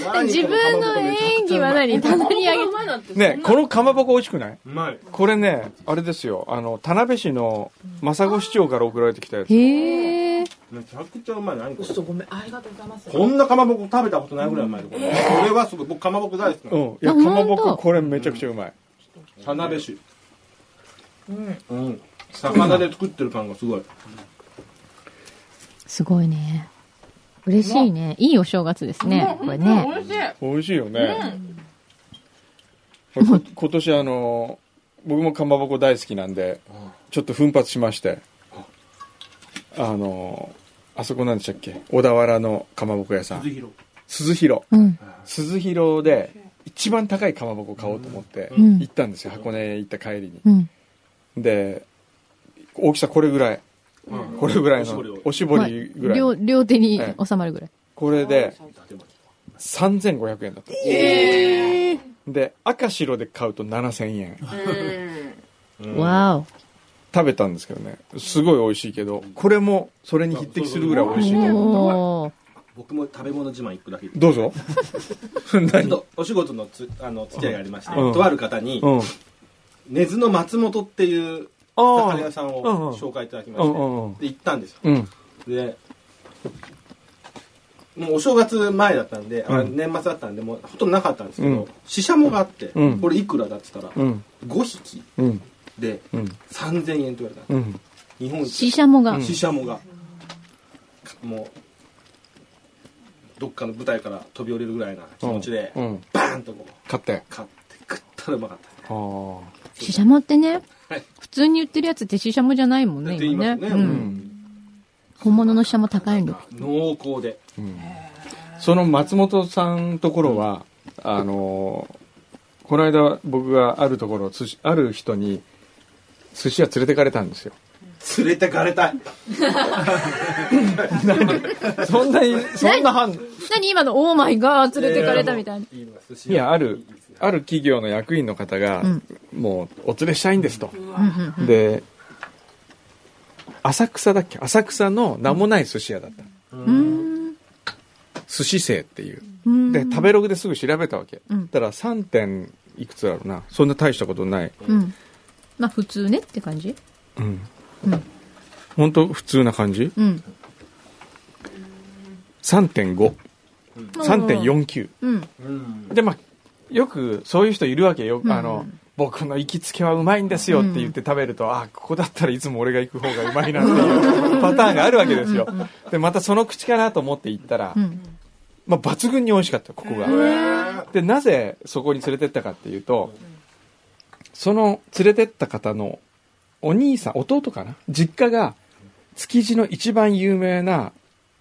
Speaker 4: 何
Speaker 2: 自分の演技は何棚に上げ
Speaker 5: お前なんて
Speaker 3: ねこのかまぼこ美味しくないう
Speaker 4: まい。
Speaker 3: これねあれですよあの田辺市の政子市長から送られてきたやつ
Speaker 2: へえ
Speaker 4: めちゃくちゃうまい。何これ
Speaker 5: 嘘ごめん、ありがとうございます。
Speaker 4: こんなかまぼこ食べたことないぐらいうまいよこれ。これはすごい。僕かまぼこ大好きな
Speaker 3: う
Speaker 4: の。
Speaker 3: んいや
Speaker 2: あ
Speaker 3: かま
Speaker 2: ほ
Speaker 3: ぼ
Speaker 2: ん
Speaker 3: ことこれめちゃくちゃうまい
Speaker 4: 田辺市。うん。魚で作ってる感がすごい。
Speaker 2: すごいね嬉しいねいいお正月ですねこれね
Speaker 5: 美味しい。
Speaker 3: 美味しいよね、こ 今年あの僕もかまぼこ大好きなんでちょっと奮発しましてあのあそこなんでしたっけ小田原のかまぼこ屋さん鈴廣
Speaker 2: うん
Speaker 3: 鈴廣で一番高いかまぼこ買おうと思って
Speaker 2: うん
Speaker 3: 行ったんですよ箱根へ行った帰り
Speaker 2: うん
Speaker 3: にで大きさこれぐらいこれぐらいのおしぼ
Speaker 2: まあ
Speaker 3: りぐら
Speaker 2: 両
Speaker 3: い
Speaker 2: 両手に
Speaker 3: え
Speaker 2: 収まるぐらい、
Speaker 3: これで3500円だった
Speaker 5: ええ
Speaker 3: で赤白で買うと7000円
Speaker 2: わ
Speaker 3: 食べたんですけどねすごい美味しいけどこれもそれに匹敵するぐらい美味しい
Speaker 2: お
Speaker 3: と思う
Speaker 2: おお
Speaker 4: 僕も食べ物自慢一個だけ
Speaker 3: どうぞ
Speaker 4: ちょっ
Speaker 3: 何
Speaker 4: とお仕事のつあの付き合いがありまして、
Speaker 3: うん
Speaker 4: とある方に、
Speaker 3: うん
Speaker 4: 根津の松本っていう
Speaker 3: あー
Speaker 4: 魚屋さんを紹介いただきまして、
Speaker 3: うんうんうん
Speaker 4: で行ったんですよ
Speaker 3: うん
Speaker 4: でもうお正月前だったんで、あ
Speaker 3: うん
Speaker 4: 年末だったんでもうほとんどなかったんですけ
Speaker 3: うん
Speaker 4: どししゃもがあって、
Speaker 3: うん
Speaker 4: これいくらだって言ったら、
Speaker 3: うん
Speaker 4: 5匹
Speaker 3: うん
Speaker 4: で
Speaker 3: うん
Speaker 4: 3000円って言われたんです
Speaker 3: うん
Speaker 4: 日本一
Speaker 2: シシャモが、
Speaker 3: うん
Speaker 4: シシャモが、もうどっかの舞台から飛び降りるぐらいな気持ちで、
Speaker 3: うんうん
Speaker 4: バーンとこう
Speaker 3: 買って
Speaker 4: 買って食ったらうまかった
Speaker 3: あー
Speaker 2: シシャモってね
Speaker 4: はい
Speaker 2: 普通に売ってるやつってシシャモじゃないもんね
Speaker 4: って言い
Speaker 2: 今
Speaker 4: ま
Speaker 2: ね
Speaker 4: すね
Speaker 2: う
Speaker 4: うん
Speaker 2: ん、本物のシシャモ高いんだよ
Speaker 4: 濃厚で
Speaker 3: その松本さんのところは、あのーこの間僕があるところ寿司ある人に寿司屋連れてかれたんですよ
Speaker 4: 連れてかれたい
Speaker 3: そんなにそんな反
Speaker 2: 何今のオーマイガー連れてかれたみたいな。
Speaker 3: いやあるある企業の役員の方が、
Speaker 2: ん
Speaker 3: もうお連れしたいんですと、
Speaker 2: うん
Speaker 3: で浅草だっけ浅草の名もない寿司屋だった、
Speaker 2: うん
Speaker 3: 寿司生っていう
Speaker 2: うん
Speaker 3: で食べログですぐ調べたわけ、
Speaker 2: うん
Speaker 3: だから3点いくつだろうなそんな大したことない、
Speaker 2: うん。まあ普通ねって感じ
Speaker 3: うん
Speaker 2: うん
Speaker 3: 本当普通な感じ
Speaker 2: うん。
Speaker 3: 3.53.49、
Speaker 2: うん。
Speaker 3: 3.49
Speaker 2: うん。
Speaker 3: でまあよくそういう人いるわけよ、あの僕の行きつけはうまいんですよって言って食べると、あここだったらいつも俺が行く方がうまいなって いうパターンがあるわけですよでまたその口かなと思って行ったら、
Speaker 2: うん。
Speaker 3: まあ、抜群に美味しかったここが、でなぜそこに連れてったかっていうと、その連れてった方のお兄さん弟かな実家が築地の一番有名な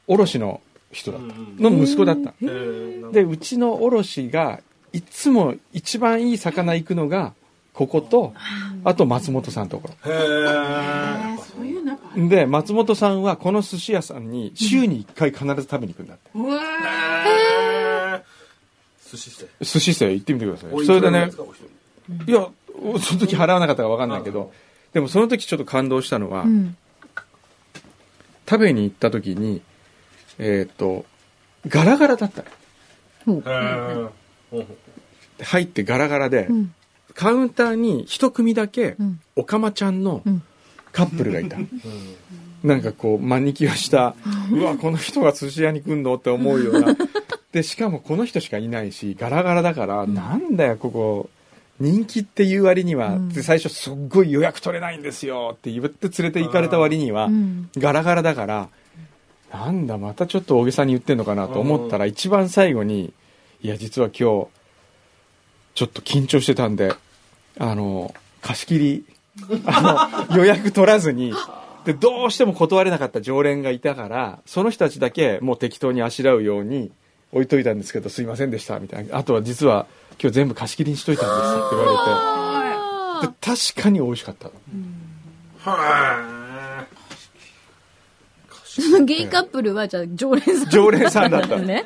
Speaker 3: 卸の人だった、の息子だった、
Speaker 4: えーなんか
Speaker 3: でうちの卸がいつも一番いい魚行くのがこことあと松本さんのとこ
Speaker 4: へー
Speaker 5: そういうなんか
Speaker 3: ろで松本さんはこの寿司屋さんに週に1回必ず食べに行くんだって、
Speaker 5: うわー
Speaker 4: 寿司して
Speaker 3: 寿司生行ってみてくださ
Speaker 4: お
Speaker 3: い
Speaker 4: い
Speaker 3: それで
Speaker 4: くらなん
Speaker 3: ね
Speaker 4: ですかお一人
Speaker 3: いやおその時払わなかったか分かんないけどでもその時ちょっと感動したのは、
Speaker 2: うん。
Speaker 3: 食べに行った時にえーっとガラガラだったの
Speaker 4: へーほうほう
Speaker 3: 入ってガラガラで、
Speaker 2: うん。
Speaker 3: カウンターに一組だけ
Speaker 2: うん。
Speaker 3: おかまちゃんの
Speaker 2: うん
Speaker 3: カップルがいた、
Speaker 4: うん
Speaker 3: なんかこうマニキュアしたうわこの人が寿司屋に来んのって思うようなでしかもこの人しかいないしガラガラだから、なんだよここ人気っていう割には、
Speaker 2: うん
Speaker 3: で最初すっごい予約取れないんですよって言って連れて行かれた割には、
Speaker 2: うん。
Speaker 3: ガラガラだからなんだまたちょっと大げさに言ってんのかなと思ったら一番最後に「いや実は今日ちょっと緊張してたんであの貸し切りあの予約取らずにでどうしても断れなかった常連がいたからその人たちだけもう適当にあしらうように置いといたんですけどすいませんでした」みたいな「あとは実は今日全部貸し切りにしといたんです」って言われてで確かに美味しかった
Speaker 4: は
Speaker 2: その ゲイカップルは、じゃあ、常連さん。
Speaker 3: 常連さんだった
Speaker 2: ね。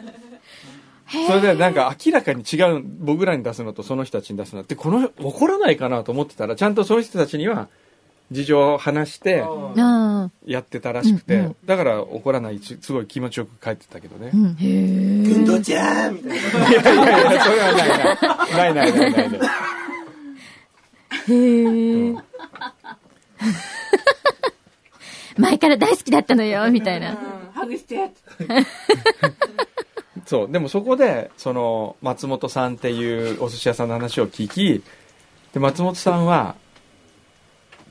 Speaker 3: それでなんか明らかに違う僕らに出すのとその人たちに出すのってこの怒らないかなと思ってたらちゃんとその人たちには事情を話して
Speaker 2: ああ。
Speaker 3: やってたらしくて、
Speaker 2: うんうん
Speaker 3: だから怒らないしすごい気持ちよく帰ってたけどね、
Speaker 2: うん。へえ。
Speaker 6: くんどちゃんみたいない
Speaker 3: やいやいやそれはないないないないないないない
Speaker 2: へえ。前から大好きだったのよ、みたいな。
Speaker 5: うんハグして
Speaker 3: そうでもそこでその松本さんっていうお寿司屋さんの話を聞きで松本さんは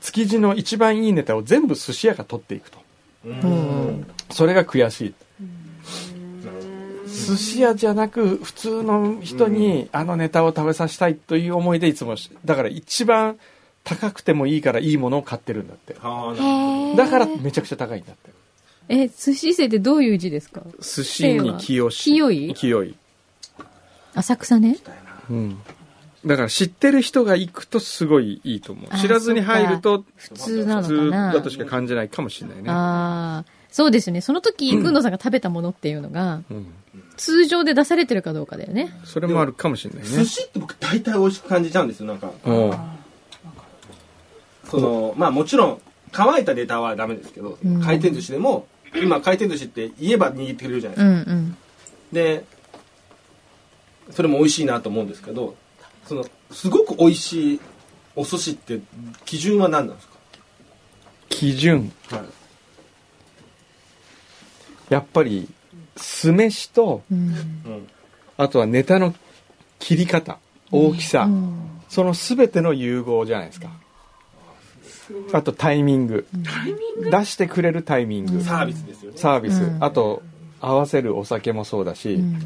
Speaker 3: 築地の一番いいネタを全部寿司屋が取っていくと
Speaker 4: ーうん
Speaker 3: それが悔しい寿司屋じゃなく普通の人にあのネタを食べさせたいという思いでいつもしだから一番高くてもいいからいいものを買ってるんだって
Speaker 4: はあなるほ
Speaker 2: へえ。
Speaker 3: だからめちゃくちゃ高いんだって
Speaker 2: え、寿司生ってどういう字ですか
Speaker 3: 寿司に清し
Speaker 2: 清い
Speaker 3: 清い、
Speaker 2: 浅草ね。
Speaker 3: うん、だから知ってる人が行くとすごいいいと思う
Speaker 2: あ
Speaker 3: 知らずに入ると
Speaker 2: 普通なの
Speaker 3: 普
Speaker 2: か
Speaker 3: 通
Speaker 2: な。
Speaker 3: だとしか感じないかもしれないね、
Speaker 2: ああ。そうですね。その時、くんのさんが食べたものっていうのが、
Speaker 3: うん、
Speaker 2: 通常で出されてるかどうかだよね。
Speaker 3: それもあるかもしれないね
Speaker 4: ど寿司って僕大体美味しく感じちゃうんですよなんか
Speaker 3: うん
Speaker 4: そのまあもちろん乾いたネタはダメですけど、
Speaker 2: うん
Speaker 4: 回転寿司でも今回転寿司って言えば握ってくれるじゃないうですか、
Speaker 2: んうん。
Speaker 4: でそれも美味しいなと思うんですけどそのすごく美味しいお寿司って基準は何なんですか、
Speaker 3: 基準やっぱり酢飯と
Speaker 2: うん。
Speaker 4: うん
Speaker 3: あとはネタの切り方大きさ、
Speaker 2: うん
Speaker 3: その全ての融合じゃないですかあとタイミング出してくれるタイミング、
Speaker 4: サービスですよね
Speaker 3: サービス、
Speaker 2: うん
Speaker 3: あと合わせるお酒もそうだし、
Speaker 2: うん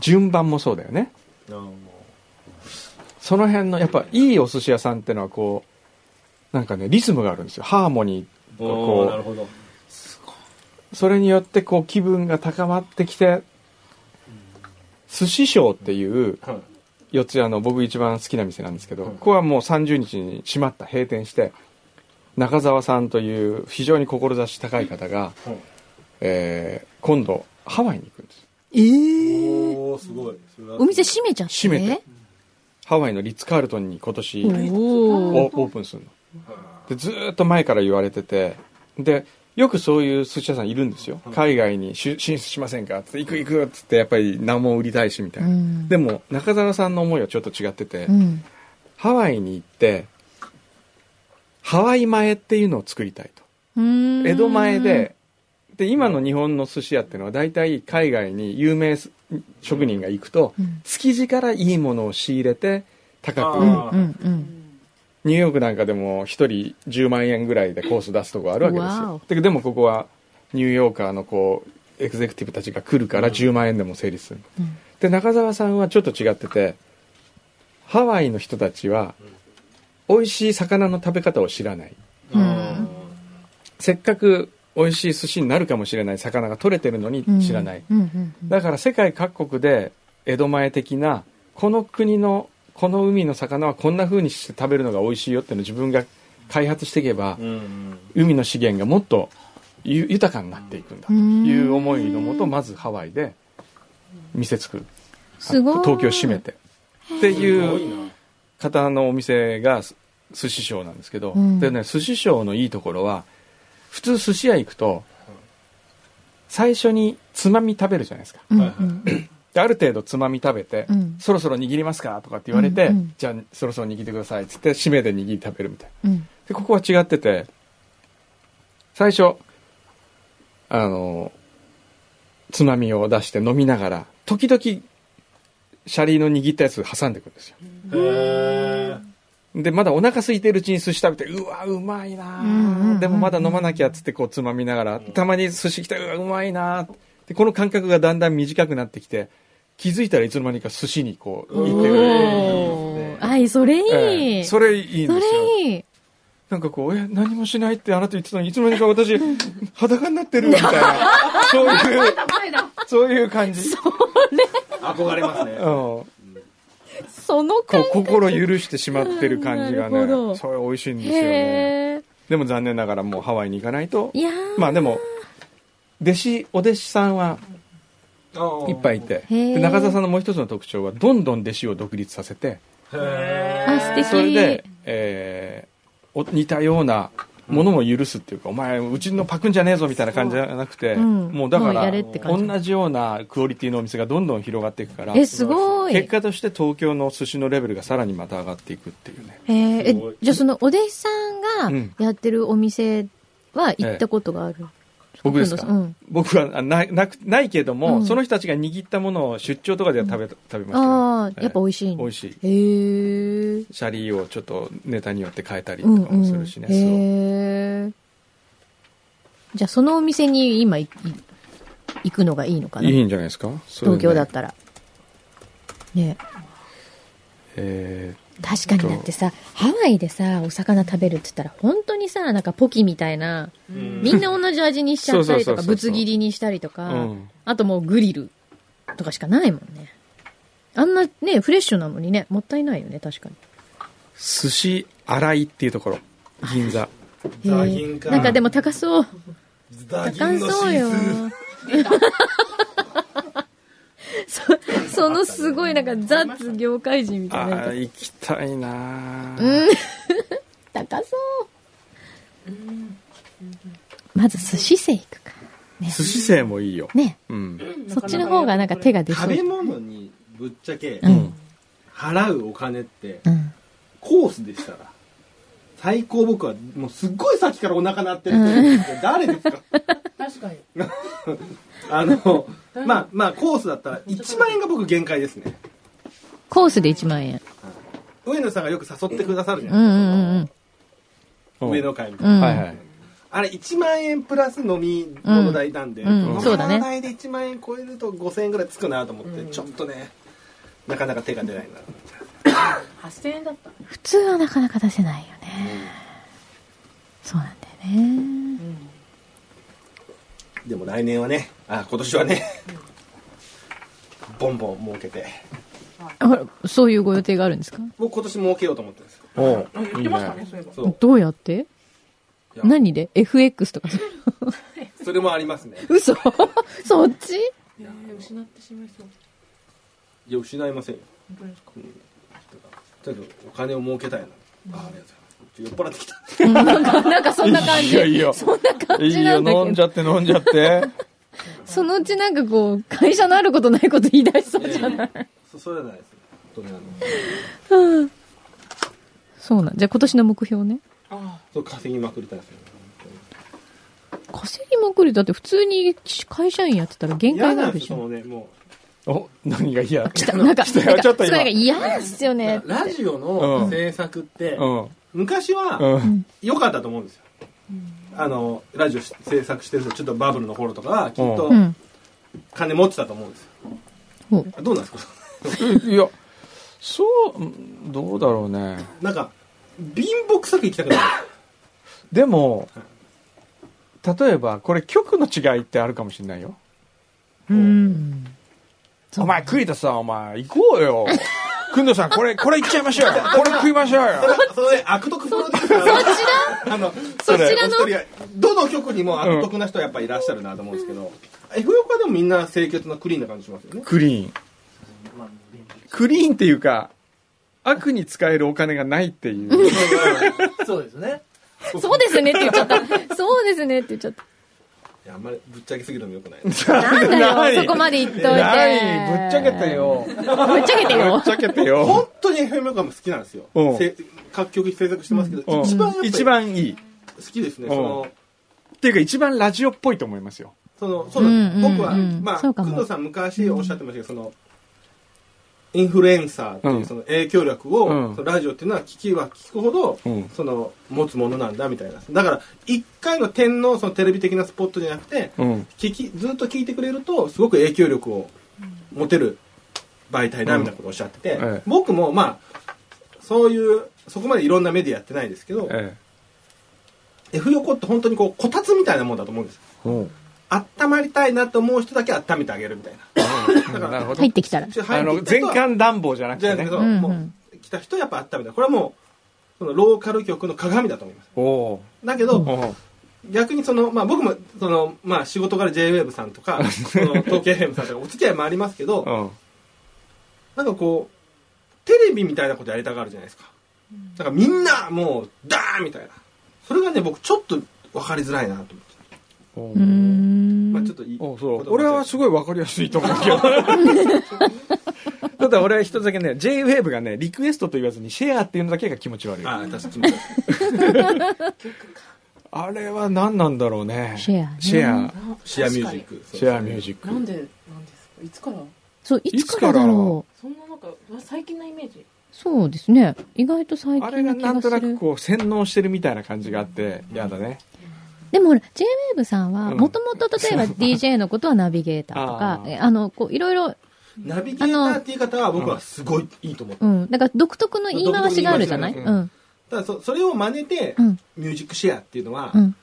Speaker 3: 順番もそうだよねその辺のやっぱいいお寿司屋さんってのはこうなんかねリズムがあるんですよハーモニー
Speaker 4: お
Speaker 3: こ
Speaker 4: お
Speaker 3: う
Speaker 4: ーなるほど
Speaker 3: それによってこう気分が高まってきて寿司ショーっていう
Speaker 4: はい
Speaker 3: 四谷の僕一番好きな店なんですけど、
Speaker 4: うん
Speaker 3: ここはもう30日に閉まった閉店して中澤さんという非常に志高い方が、
Speaker 4: うん
Speaker 3: えー今度ハワイに行くんです
Speaker 4: おおすごいそれは
Speaker 2: お店閉めちゃって。
Speaker 3: 閉めてハワイのリッツ・カールトンに今年
Speaker 2: おお。
Speaker 3: オオープンするのでずーっと前から言われててでよくそういう寿司屋さんいるんですよ海外にし進出しませんかって行く行くっつってやっぱり何も売りたいしみたいな、
Speaker 2: うん
Speaker 3: でも中澤さんの思いはちょっと違ってて、
Speaker 2: うん。
Speaker 3: ハワイに行ってハワイ前っていうのを作りたいと
Speaker 2: うん
Speaker 3: 江戸前。でで今の日本の寿司屋っていうのは大体海外に有名す職人が行くと、
Speaker 2: うん
Speaker 3: 築地からいいものを仕入れて高く
Speaker 2: う
Speaker 4: あ
Speaker 2: んうんうん。
Speaker 3: ニューヨークなんかでも一人10万円ぐらいでコース出すとこあるわけです
Speaker 2: わ
Speaker 3: よ
Speaker 2: お
Speaker 3: ででもここはニューヨーカーのこうエグゼクティブたちが来るから10万円でも成立する、
Speaker 2: ん
Speaker 3: で中澤さんはちょっと違っててハワイの人たちは美味しい魚の食べ方を知らない
Speaker 2: うん
Speaker 3: せっかく美味しい寿司になるかもしれない魚が取れてるのに知らない、
Speaker 2: うんうんうん
Speaker 3: だから世界各国で江戸前的なこの国のこの海の魚はこんな風にして食べるのが美味しいよっていうのを自分が開発していけば、
Speaker 7: うん
Speaker 3: 海の資源がもっとゆ豊かになっていくんだという思いのもとまずハワイで店作る
Speaker 2: すごい
Speaker 3: 東京を閉めてって
Speaker 7: 多
Speaker 3: い
Speaker 7: いうな
Speaker 3: 方のお店がす寿司ショーなんですけど、
Speaker 2: うん
Speaker 3: でね寿司ショーのいいところは普通寿司屋行くと最初につまみ食べるじゃないですか
Speaker 2: うんうん
Speaker 3: である程度つまみ食べて、
Speaker 2: うん
Speaker 3: そろそろ握りますかとかって言われて、
Speaker 2: うんうん
Speaker 3: じゃあそろそろ握ってくださいっつって締めで握り食べるみたいな
Speaker 2: うん
Speaker 3: でここは違ってて最初あのつまみを出して飲みながら時々シャリの握ったやつ挟んでくるんですよ
Speaker 7: へ
Speaker 3: でまだお腹空いてるうちに寿司食べてうわうまいなあ、
Speaker 2: うんうんうん
Speaker 3: でもまだ飲まなきゃっつってこうつまみながらたまに寿司来てうわうまいなあでこの感覚がだんだん短くなってきて気づいたらいつの間にか寿司にこう行ってく
Speaker 2: おーあいそれい
Speaker 3: ええ
Speaker 2: い
Speaker 3: それいいん
Speaker 2: そ
Speaker 3: ですよ
Speaker 2: れいい
Speaker 3: なんかこう、え、何もしないってあなた言ってたのに、いつの間に か私、裸になってるみたいな。そういう、そういう感じ。
Speaker 4: 憧れますね
Speaker 3: うん。こ
Speaker 2: その感
Speaker 3: う、心許してしまってる感じが
Speaker 2: うんなるほ
Speaker 3: ね、
Speaker 2: ど
Speaker 3: それ美味しいんですよね。
Speaker 2: へえ
Speaker 3: でも残念ながらもうハワイに行かないと
Speaker 2: い、やー
Speaker 3: まあでも、弟子、お弟子さんはいっぱいいて、
Speaker 2: へー
Speaker 3: で中澤さんのもう一つの特徴は、どんどん弟子を独立させて、
Speaker 2: あ素敵
Speaker 3: それで、えーお似たようなものも許すっていうか、お前うちのパクんじゃねえぞみたいな感じじゃなくて、
Speaker 2: うん
Speaker 3: もうだか
Speaker 2: もうや
Speaker 3: ら
Speaker 2: れって感じ
Speaker 3: 同じようなクオリティのお店がどんどん広がっていくから
Speaker 2: えすごい
Speaker 3: 結果として東京の寿司のレベルがさらにまた上がっていくっていうね
Speaker 2: へえ
Speaker 7: すご
Speaker 2: え
Speaker 7: い
Speaker 2: じゃあそのお弟子さ
Speaker 3: うんん
Speaker 2: がやってるお店は行ったことがある、
Speaker 3: 僕ですか、
Speaker 2: うん
Speaker 3: 僕はあななくないけども、
Speaker 2: うん
Speaker 3: その人たちが握ったものを出張とかでは食べ,、食べましたね、
Speaker 2: あ
Speaker 3: え
Speaker 2: あ
Speaker 3: え
Speaker 2: やっぱ美味しいんだ
Speaker 3: 美味しい
Speaker 2: へえ
Speaker 3: シャリをちょっとネタによって変えたり
Speaker 2: う
Speaker 3: と
Speaker 2: ん
Speaker 3: か
Speaker 2: う
Speaker 3: もす
Speaker 2: ん
Speaker 3: るしね、
Speaker 2: へえじゃあそのお店に今いい行くのがいいのか
Speaker 3: そう
Speaker 2: ない
Speaker 3: いんじゃないですかそれね
Speaker 2: 東京だったらね
Speaker 3: えー
Speaker 2: 確かにだってさハワイでさお魚食べるって言ったら本当にさなんかポキみたいなみんな同じ味にしちゃったりとか
Speaker 3: そうそうそうそう
Speaker 2: ぶつ切りにしたりとか、
Speaker 3: うん
Speaker 2: あともうグリルとかしかないもんねあんなねフレッシュなのにねもったいないよね確かに
Speaker 3: 寿司新井っていうところ銀座
Speaker 2: へ
Speaker 4: ザギン
Speaker 2: え
Speaker 4: か
Speaker 2: なんかでも高そう
Speaker 4: ザギ
Speaker 2: 高
Speaker 4: ンのシ
Speaker 2: そうよ
Speaker 4: ーズ
Speaker 2: そそのすごいなんかザッツ業界人みたいな
Speaker 3: ああ行きたいなあ、
Speaker 2: 高そうまず寿司生行くか
Speaker 3: 寿司生もいいよ、
Speaker 2: ね
Speaker 3: うん、
Speaker 2: そっちの方がなんか手が出そう
Speaker 4: 食べ物にぶっちゃけ
Speaker 2: うん
Speaker 4: 払うお金って
Speaker 2: うん
Speaker 4: コースでしたら最高僕はもうすっごいさっきからお腹鳴ってると思うんですけど誰ですか
Speaker 8: 確かに。
Speaker 4: あのまあまあコースだったら1万円が僕限界ですね
Speaker 2: コースで1万円
Speaker 4: 上野さんがよく誘ってくださるじゃ
Speaker 2: う
Speaker 4: ない
Speaker 2: んうんうん
Speaker 4: ですか上野会みたいな、
Speaker 2: うん
Speaker 3: はいはい
Speaker 4: あれ1万円プラス飲み物代なんで、
Speaker 2: うんうん
Speaker 4: この
Speaker 2: そうだね
Speaker 4: 飲み物代で1万円超えると5000円ぐらいつくなと思って、ちょっとねなかなか手が出ないな
Speaker 5: 8000円だった。
Speaker 2: 普通はなかなか出せないよねそうなんだよね
Speaker 4: でも来年はねあ今年はねボンボン儲けて
Speaker 2: あほらそういうご予定があるんですか
Speaker 4: 僕今年儲けようと思ってるんですよ
Speaker 3: おう
Speaker 5: あ、言っ
Speaker 3: い
Speaker 5: て
Speaker 3: い
Speaker 5: ましたね
Speaker 3: ね、
Speaker 5: そういえば。
Speaker 4: そう
Speaker 2: どうやって
Speaker 4: いや
Speaker 2: 何で ?FX とか そう
Speaker 4: それもありますね
Speaker 2: 嘘 そっち
Speaker 9: 失ってしまいそう。
Speaker 4: いや失いませんよ
Speaker 5: 本当ですか
Speaker 4: ちょっとお金を儲けたいなあありがとうございます酔っ払ってきた
Speaker 2: なんかそんな感
Speaker 3: い
Speaker 2: じ
Speaker 3: やいや
Speaker 2: そんな感
Speaker 3: い
Speaker 2: じ
Speaker 3: い
Speaker 2: な
Speaker 3: よ
Speaker 2: んだ
Speaker 3: 飲
Speaker 2: けど
Speaker 3: んじゃって飲んじゃって
Speaker 2: そのうちなんかこう会社のあることないこと言い出しそうじゃない
Speaker 4: そそうじゃないです本当にあの
Speaker 2: そうなんじゃあ今年の目標ね
Speaker 4: そう稼ぎまくりたいですね
Speaker 2: 稼ぎまくりだって普通に会社員やってたら限
Speaker 4: 嫌
Speaker 2: 界が
Speaker 4: な
Speaker 2: あ
Speaker 4: んで
Speaker 2: る
Speaker 4: す
Speaker 2: じゃ
Speaker 4: よそ
Speaker 2: ん
Speaker 4: のねも
Speaker 3: お何が嫌
Speaker 2: 来たなんか
Speaker 3: 来たよ
Speaker 2: なんか
Speaker 3: ちょっと
Speaker 2: すごい
Speaker 3: 今
Speaker 2: なんか嫌ですよね
Speaker 7: ラジオの制作って
Speaker 3: うん
Speaker 4: 昔は
Speaker 3: うん
Speaker 4: 良かったと思うんですよ。あの、ラジオ制作してる人、ちょっとバブルの頃とかは、きっと
Speaker 2: うん。
Speaker 4: 金持ってたと思うんですよ。
Speaker 2: ほう
Speaker 4: どうなんですか
Speaker 3: いやそううんどうだろうね
Speaker 4: なんか、貧乏臭く生き たくない。
Speaker 3: でも例えばこれ曲の違いってあるかもしれないよ
Speaker 2: うん。
Speaker 3: お前栗田さんお前行こう よくんどさんこれこれ行っちゃいましょうよこれ食いましょうよ
Speaker 4: それ、悪徳プロデューサー
Speaker 2: そち ら
Speaker 4: あの、
Speaker 2: そちら
Speaker 4: お
Speaker 2: の
Speaker 4: 一人はどの局にも悪徳な人はやっぱいらっしゃるなと思うんですけど、F 横でもみんな清潔なクリーンな感じしますよね。
Speaker 3: クリーン
Speaker 7: まあ
Speaker 3: クリーンっていうか悪に使えるお金がないっていう
Speaker 7: そうですね。
Speaker 2: そうですねって言っちゃった。そうですねって言っちゃった。
Speaker 4: いや、あんまりぶっちゃけすぎるのもよくない。
Speaker 2: なんだよ、
Speaker 3: 何
Speaker 2: そこまで言っといて。
Speaker 3: ないぶっちゃけて。よ
Speaker 2: ぶっちゃけて
Speaker 3: ぶ
Speaker 2: よ
Speaker 3: っ。ちゃけてよ
Speaker 4: 本当に FM 横も好きなんですよ
Speaker 3: うん。
Speaker 4: せ各局制作してますけど、
Speaker 3: うん
Speaker 4: 一番やっぱり
Speaker 3: 一番いいっ
Speaker 4: 好きですね。
Speaker 3: うん
Speaker 4: その、
Speaker 3: ていうか一番ラジオっぽいと思いますよ
Speaker 4: その、そうなんです
Speaker 2: うんうんうん
Speaker 4: 僕は、まあ、
Speaker 2: そう
Speaker 4: 工
Speaker 2: かも
Speaker 4: 藤さん昔おっしゃってましたけど、その、インフルエンサーっていううんその影響力を、
Speaker 3: うん
Speaker 4: そのラジオっていうのは聞きは聞くほど、
Speaker 3: うん
Speaker 4: その持つものなんだみたいなだから一回の天皇そのテレビ的なスポットじゃなくて、
Speaker 3: うん
Speaker 4: 聞きずっと聞いてくれるとすごく影響力を持てる媒体だみたいなことをおっしゃってて、
Speaker 3: うんええ
Speaker 4: 僕もまあそういうそこまでいろんなメディアやってないですけど、
Speaker 3: え
Speaker 4: F 横って本当にこうこたつみたいなもんだと思うんです
Speaker 3: えうん
Speaker 4: 温まりたいなと思う人だけ温めてあげるみたいな
Speaker 3: うんなるほど
Speaker 2: 入ってきたら。
Speaker 4: あ
Speaker 3: あの全館暖房じゃなく
Speaker 4: じゃ
Speaker 3: て
Speaker 4: あね
Speaker 3: ね
Speaker 4: そう
Speaker 2: うんうん
Speaker 4: もう来た人やっぱ温めたこれはもうそのローカル局の鏡だと思います
Speaker 3: おお
Speaker 4: だけど、
Speaker 3: ーおー
Speaker 4: 逆にその、まあ、僕もその、まあ、仕事から JWAVE さんと かその東京 FM さんとかお付き合いもありますけど、
Speaker 3: うん
Speaker 4: なんかこうテレビみたいなことやりたがるじゃないですかだからみんなもうダーンみたいなそれがね僕ちょっと分かりづらいなと思って、
Speaker 3: お
Speaker 2: うー
Speaker 3: ー
Speaker 2: ん。
Speaker 4: まあ、ちょっといい
Speaker 3: おそう
Speaker 4: 言葉
Speaker 3: 俺はすごい分かりやすいと思う けどただ俺は一つだけね JWAVE がねリクエストと言わずにシェアっていうのだけが気持ち悪い
Speaker 4: ああ確 かに
Speaker 3: あれは何なんだろうね
Speaker 2: シェアね
Speaker 3: シェア
Speaker 4: シェアミュージック
Speaker 3: シェアミュージッ
Speaker 9: な
Speaker 3: ク
Speaker 9: んでなんですかいつから
Speaker 2: そう、いつからだろう。
Speaker 9: そんななんか最近のイメージ
Speaker 2: そうですね。意外と最
Speaker 3: あ
Speaker 2: 近
Speaker 3: れが
Speaker 2: の気
Speaker 3: なん
Speaker 2: が
Speaker 3: とな
Speaker 2: す
Speaker 3: く
Speaker 2: る。
Speaker 3: こう洗脳してるみたいな感じがあってやだね
Speaker 2: でもほら、JWAVE さんは、
Speaker 3: うん
Speaker 2: もともと例えば DJ のことはナビゲーターと
Speaker 3: あ
Speaker 2: か、
Speaker 3: ー
Speaker 2: えあの、こう、いろいろ、
Speaker 4: ナビゲーターって言い方は僕はすごいいいと思った
Speaker 2: うん。だから独特の言い回しがあるじゃない
Speaker 4: 独
Speaker 3: 特の言
Speaker 2: うん。
Speaker 4: ただそそれを真似て、
Speaker 2: うん
Speaker 4: ミュージックシェアっていうのは、
Speaker 2: うん。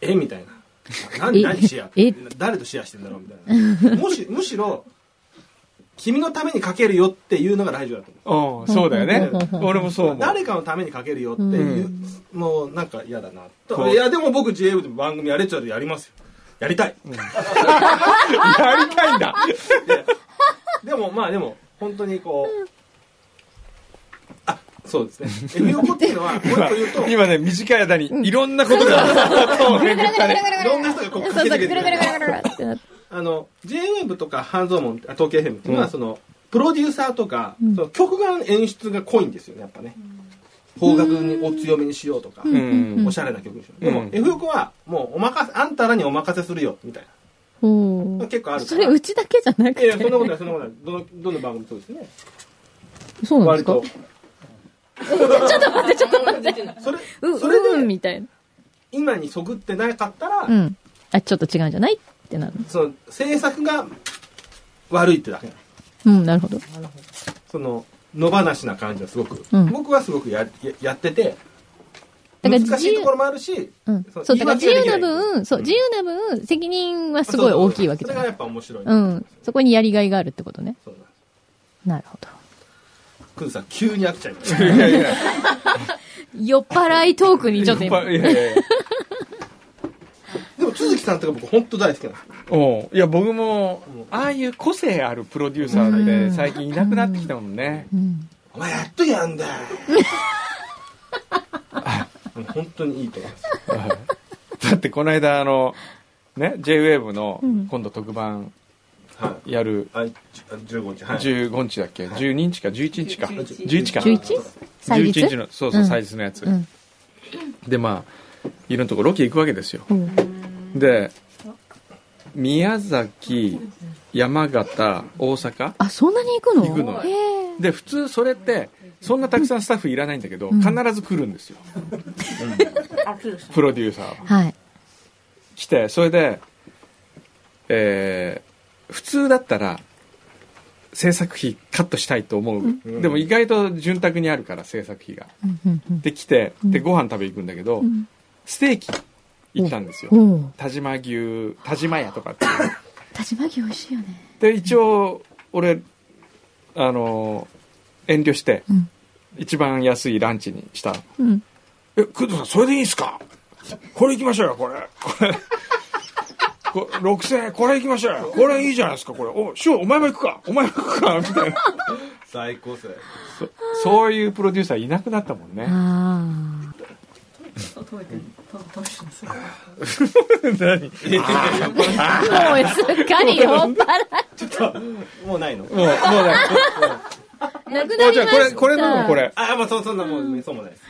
Speaker 4: えみたいな何
Speaker 2: え
Speaker 4: 何シェア
Speaker 2: え
Speaker 4: 誰とシェアしてんだろうみたいなむしむしろ君のためにかけるよっていうのがラジオだと思
Speaker 3: うんそうだよね
Speaker 2: うんうん
Speaker 3: 俺もそう思
Speaker 4: う
Speaker 3: う
Speaker 4: 誰かのためにかけるよっていう、
Speaker 3: う
Speaker 4: もうなんか嫌だな
Speaker 3: こ
Speaker 4: と
Speaker 3: う
Speaker 4: いやでも僕 JA 部でも番組やれちゃうとやりますよやりたい、
Speaker 3: やりたいんだ
Speaker 4: でもまあでも本当にこう、あそうですね F 横っていうのはもう一個言うと
Speaker 3: 今ね短い間にいろんなことがそうね
Speaker 4: いろんな人がこう
Speaker 2: そう
Speaker 4: かけ
Speaker 2: そう、
Speaker 4: て
Speaker 2: ぐる
Speaker 4: く
Speaker 2: ぐ
Speaker 4: れ
Speaker 2: る
Speaker 4: て
Speaker 2: ぐ
Speaker 4: る
Speaker 2: るぐるってなって。
Speaker 4: あの JWAVE とか半蔵門あ東京 FM っていうのは、
Speaker 3: うん
Speaker 4: そのプロデューサーとか、その曲が演出が濃いんですよねやっぱね方角にお強めにしようとか、
Speaker 3: うん
Speaker 4: おしゃれな曲にしよう、で
Speaker 3: う
Speaker 4: も
Speaker 3: ん
Speaker 4: F 横はもうお任せあんたらにお任せするよみたい
Speaker 2: ほ
Speaker 4: な
Speaker 2: う。
Speaker 4: 結構あるか
Speaker 2: そ
Speaker 4: ら
Speaker 2: れ、うちだけじゃなく
Speaker 4: いやいや
Speaker 2: て。
Speaker 4: そんなことないそん なことないどのどの番組もそうですね
Speaker 2: そうなんで
Speaker 4: 割
Speaker 2: すか
Speaker 4: とそれ
Speaker 2: う、
Speaker 4: それで
Speaker 2: うん、みたいな。
Speaker 4: 今にそぐってなかったら、
Speaker 2: うん。あ、ちょっと違うんじゃないってなる。
Speaker 4: その制作が悪いってだけ
Speaker 2: うん、なるほど。
Speaker 4: その野放しな感じはすごく、
Speaker 2: うん
Speaker 4: 僕はすごくやややってて
Speaker 2: だから
Speaker 4: 難
Speaker 2: 自由
Speaker 4: しいところもあるし、
Speaker 2: うん。
Speaker 4: その
Speaker 2: そう、だから自
Speaker 4: 言い
Speaker 2: 由
Speaker 4: 訳が
Speaker 2: な
Speaker 4: できい
Speaker 2: 分、そう、自由な分、責任はすごい大きいわけじ
Speaker 4: そ
Speaker 2: ゃ
Speaker 4: れ
Speaker 2: な
Speaker 4: が
Speaker 2: い。
Speaker 4: やっぱ面白い、
Speaker 2: うん。そこにやりがいがあるってことね。
Speaker 4: そうなんで
Speaker 2: なるほど。
Speaker 4: すクズさん急に飽きちゃ いま
Speaker 3: い
Speaker 4: した
Speaker 3: やいや
Speaker 2: 酔っ払いトークにちょっと
Speaker 3: や
Speaker 2: 今
Speaker 3: っぱ。いやいやいや
Speaker 4: でも都築さんとか僕本当大好きなんです
Speaker 3: おういや僕もああいう個性あるプロデューサーって最近いなくなってきたもんね
Speaker 2: うん。
Speaker 4: お前やっと やんだあの本当にいいと思います
Speaker 3: だってこの間あのね JWAVE の
Speaker 2: ん
Speaker 3: 今度特番
Speaker 4: は
Speaker 3: やる
Speaker 4: いあじゅあ15日はい
Speaker 3: 15日だっけ12日か11日か
Speaker 4: 11
Speaker 3: 11か
Speaker 2: 11? 祭日
Speaker 3: 11日のそうそう
Speaker 2: うん
Speaker 3: 祭日のやつ
Speaker 2: うん。
Speaker 3: でまあいろんなとこロケ行くわけですよ
Speaker 2: うん
Speaker 3: で宮崎山形大阪
Speaker 2: あ、そんなに行くの
Speaker 3: 行くの
Speaker 2: へえ。
Speaker 3: で普通それってそんなたくさんスタッフいらないんだけど、
Speaker 2: ん
Speaker 3: 必ず来るんですよ
Speaker 5: あ、そうです。
Speaker 3: プロデューサーは
Speaker 2: はい。
Speaker 3: 来てそれで、えー普通だったら制作費カットしたいと思う、
Speaker 4: ん
Speaker 3: でも意外と潤沢にあるから制作費が
Speaker 2: うんうんうん
Speaker 3: で来てでご飯食べ行くんだけど、
Speaker 2: ん
Speaker 3: ステーキ行ったんですよ、
Speaker 2: おう
Speaker 3: 田島牛田島屋とかっていう
Speaker 2: 田島牛美味しいよね。
Speaker 3: で一応俺あの遠慮して、
Speaker 2: ん
Speaker 3: 一番安いランチにした
Speaker 2: うん。
Speaker 3: え、クドさん、それでいいんすかこれ行きましょうよ、これ。これ。こ6000円、これ行きましょうよ。これいいじゃないですか、これ。お、師匠、お前も行くか。お前も行くか。みたいな。
Speaker 4: 最高っすね
Speaker 3: そそういうプロデューサーいなくなったもんね。
Speaker 2: あ
Speaker 3: 何
Speaker 2: あ。もうすっかり酔っ払って。
Speaker 4: もうないの
Speaker 3: もう、もうね。
Speaker 2: なく
Speaker 3: も
Speaker 2: な
Speaker 3: う
Speaker 2: り
Speaker 3: じゃあ、
Speaker 2: ま
Speaker 3: これ、
Speaker 2: した。
Speaker 3: これ飲む、これ。
Speaker 4: あまあそそんなもうそうもないです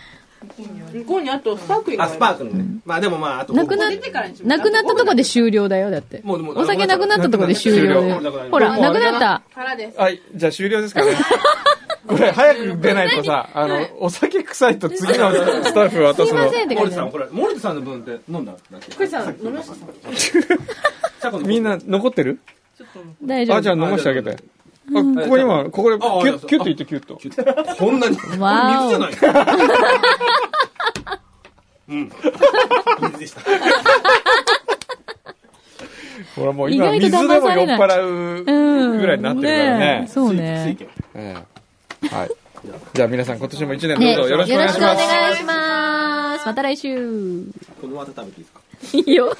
Speaker 5: 向こうにあとスパークリング
Speaker 4: あ
Speaker 5: が
Speaker 4: ス
Speaker 5: る
Speaker 4: パークのねまあでもまああと
Speaker 2: なくな、
Speaker 5: 出てからにしま
Speaker 2: な
Speaker 5: す
Speaker 2: くなったとこで終了だよ、だって。
Speaker 4: もうもう
Speaker 2: お酒なくなったとこで終了だ
Speaker 4: なくなった
Speaker 2: よ。ほら、
Speaker 4: もう
Speaker 2: なくなった。
Speaker 5: からです。
Speaker 3: はい、じゃあ終了ですから ね。これ、早く出ないとさ、あの、お酒臭いと次のスタッフ渡
Speaker 2: すい
Speaker 3: す
Speaker 2: ま
Speaker 3: の。
Speaker 2: せんって感
Speaker 4: 森田
Speaker 2: じ
Speaker 4: さ。んこれ森田さんの分って飲んだんだっけ
Speaker 5: 福井さん、飲みました
Speaker 4: さこの
Speaker 3: みんな残ってる
Speaker 2: 大丈
Speaker 3: あ、じゃあ
Speaker 2: 夫。
Speaker 3: 飲ましてあげて。あ、ここにも、ここで、キ
Speaker 4: ああり
Speaker 3: ュ
Speaker 4: が
Speaker 3: ッ、
Speaker 4: とう
Speaker 3: キュッといって、キュッと。
Speaker 4: こんなにこれ水じ
Speaker 2: わお
Speaker 4: ゃないのうん水でした
Speaker 3: ほらもう今
Speaker 2: 意
Speaker 3: 水
Speaker 2: 外
Speaker 3: で
Speaker 2: と
Speaker 3: も
Speaker 2: 騙
Speaker 3: 酔
Speaker 2: さ
Speaker 3: っ
Speaker 2: れない
Speaker 3: 払う
Speaker 2: うん
Speaker 3: ぐらいになってるからね。
Speaker 2: そうね。
Speaker 3: ええはい。じゃあ皆さん今年も一年
Speaker 2: ね
Speaker 3: どうぞよろしくお願いします。
Speaker 2: よろしくお願いしますまた来週。
Speaker 4: このまま食べていいですか
Speaker 2: いいよ。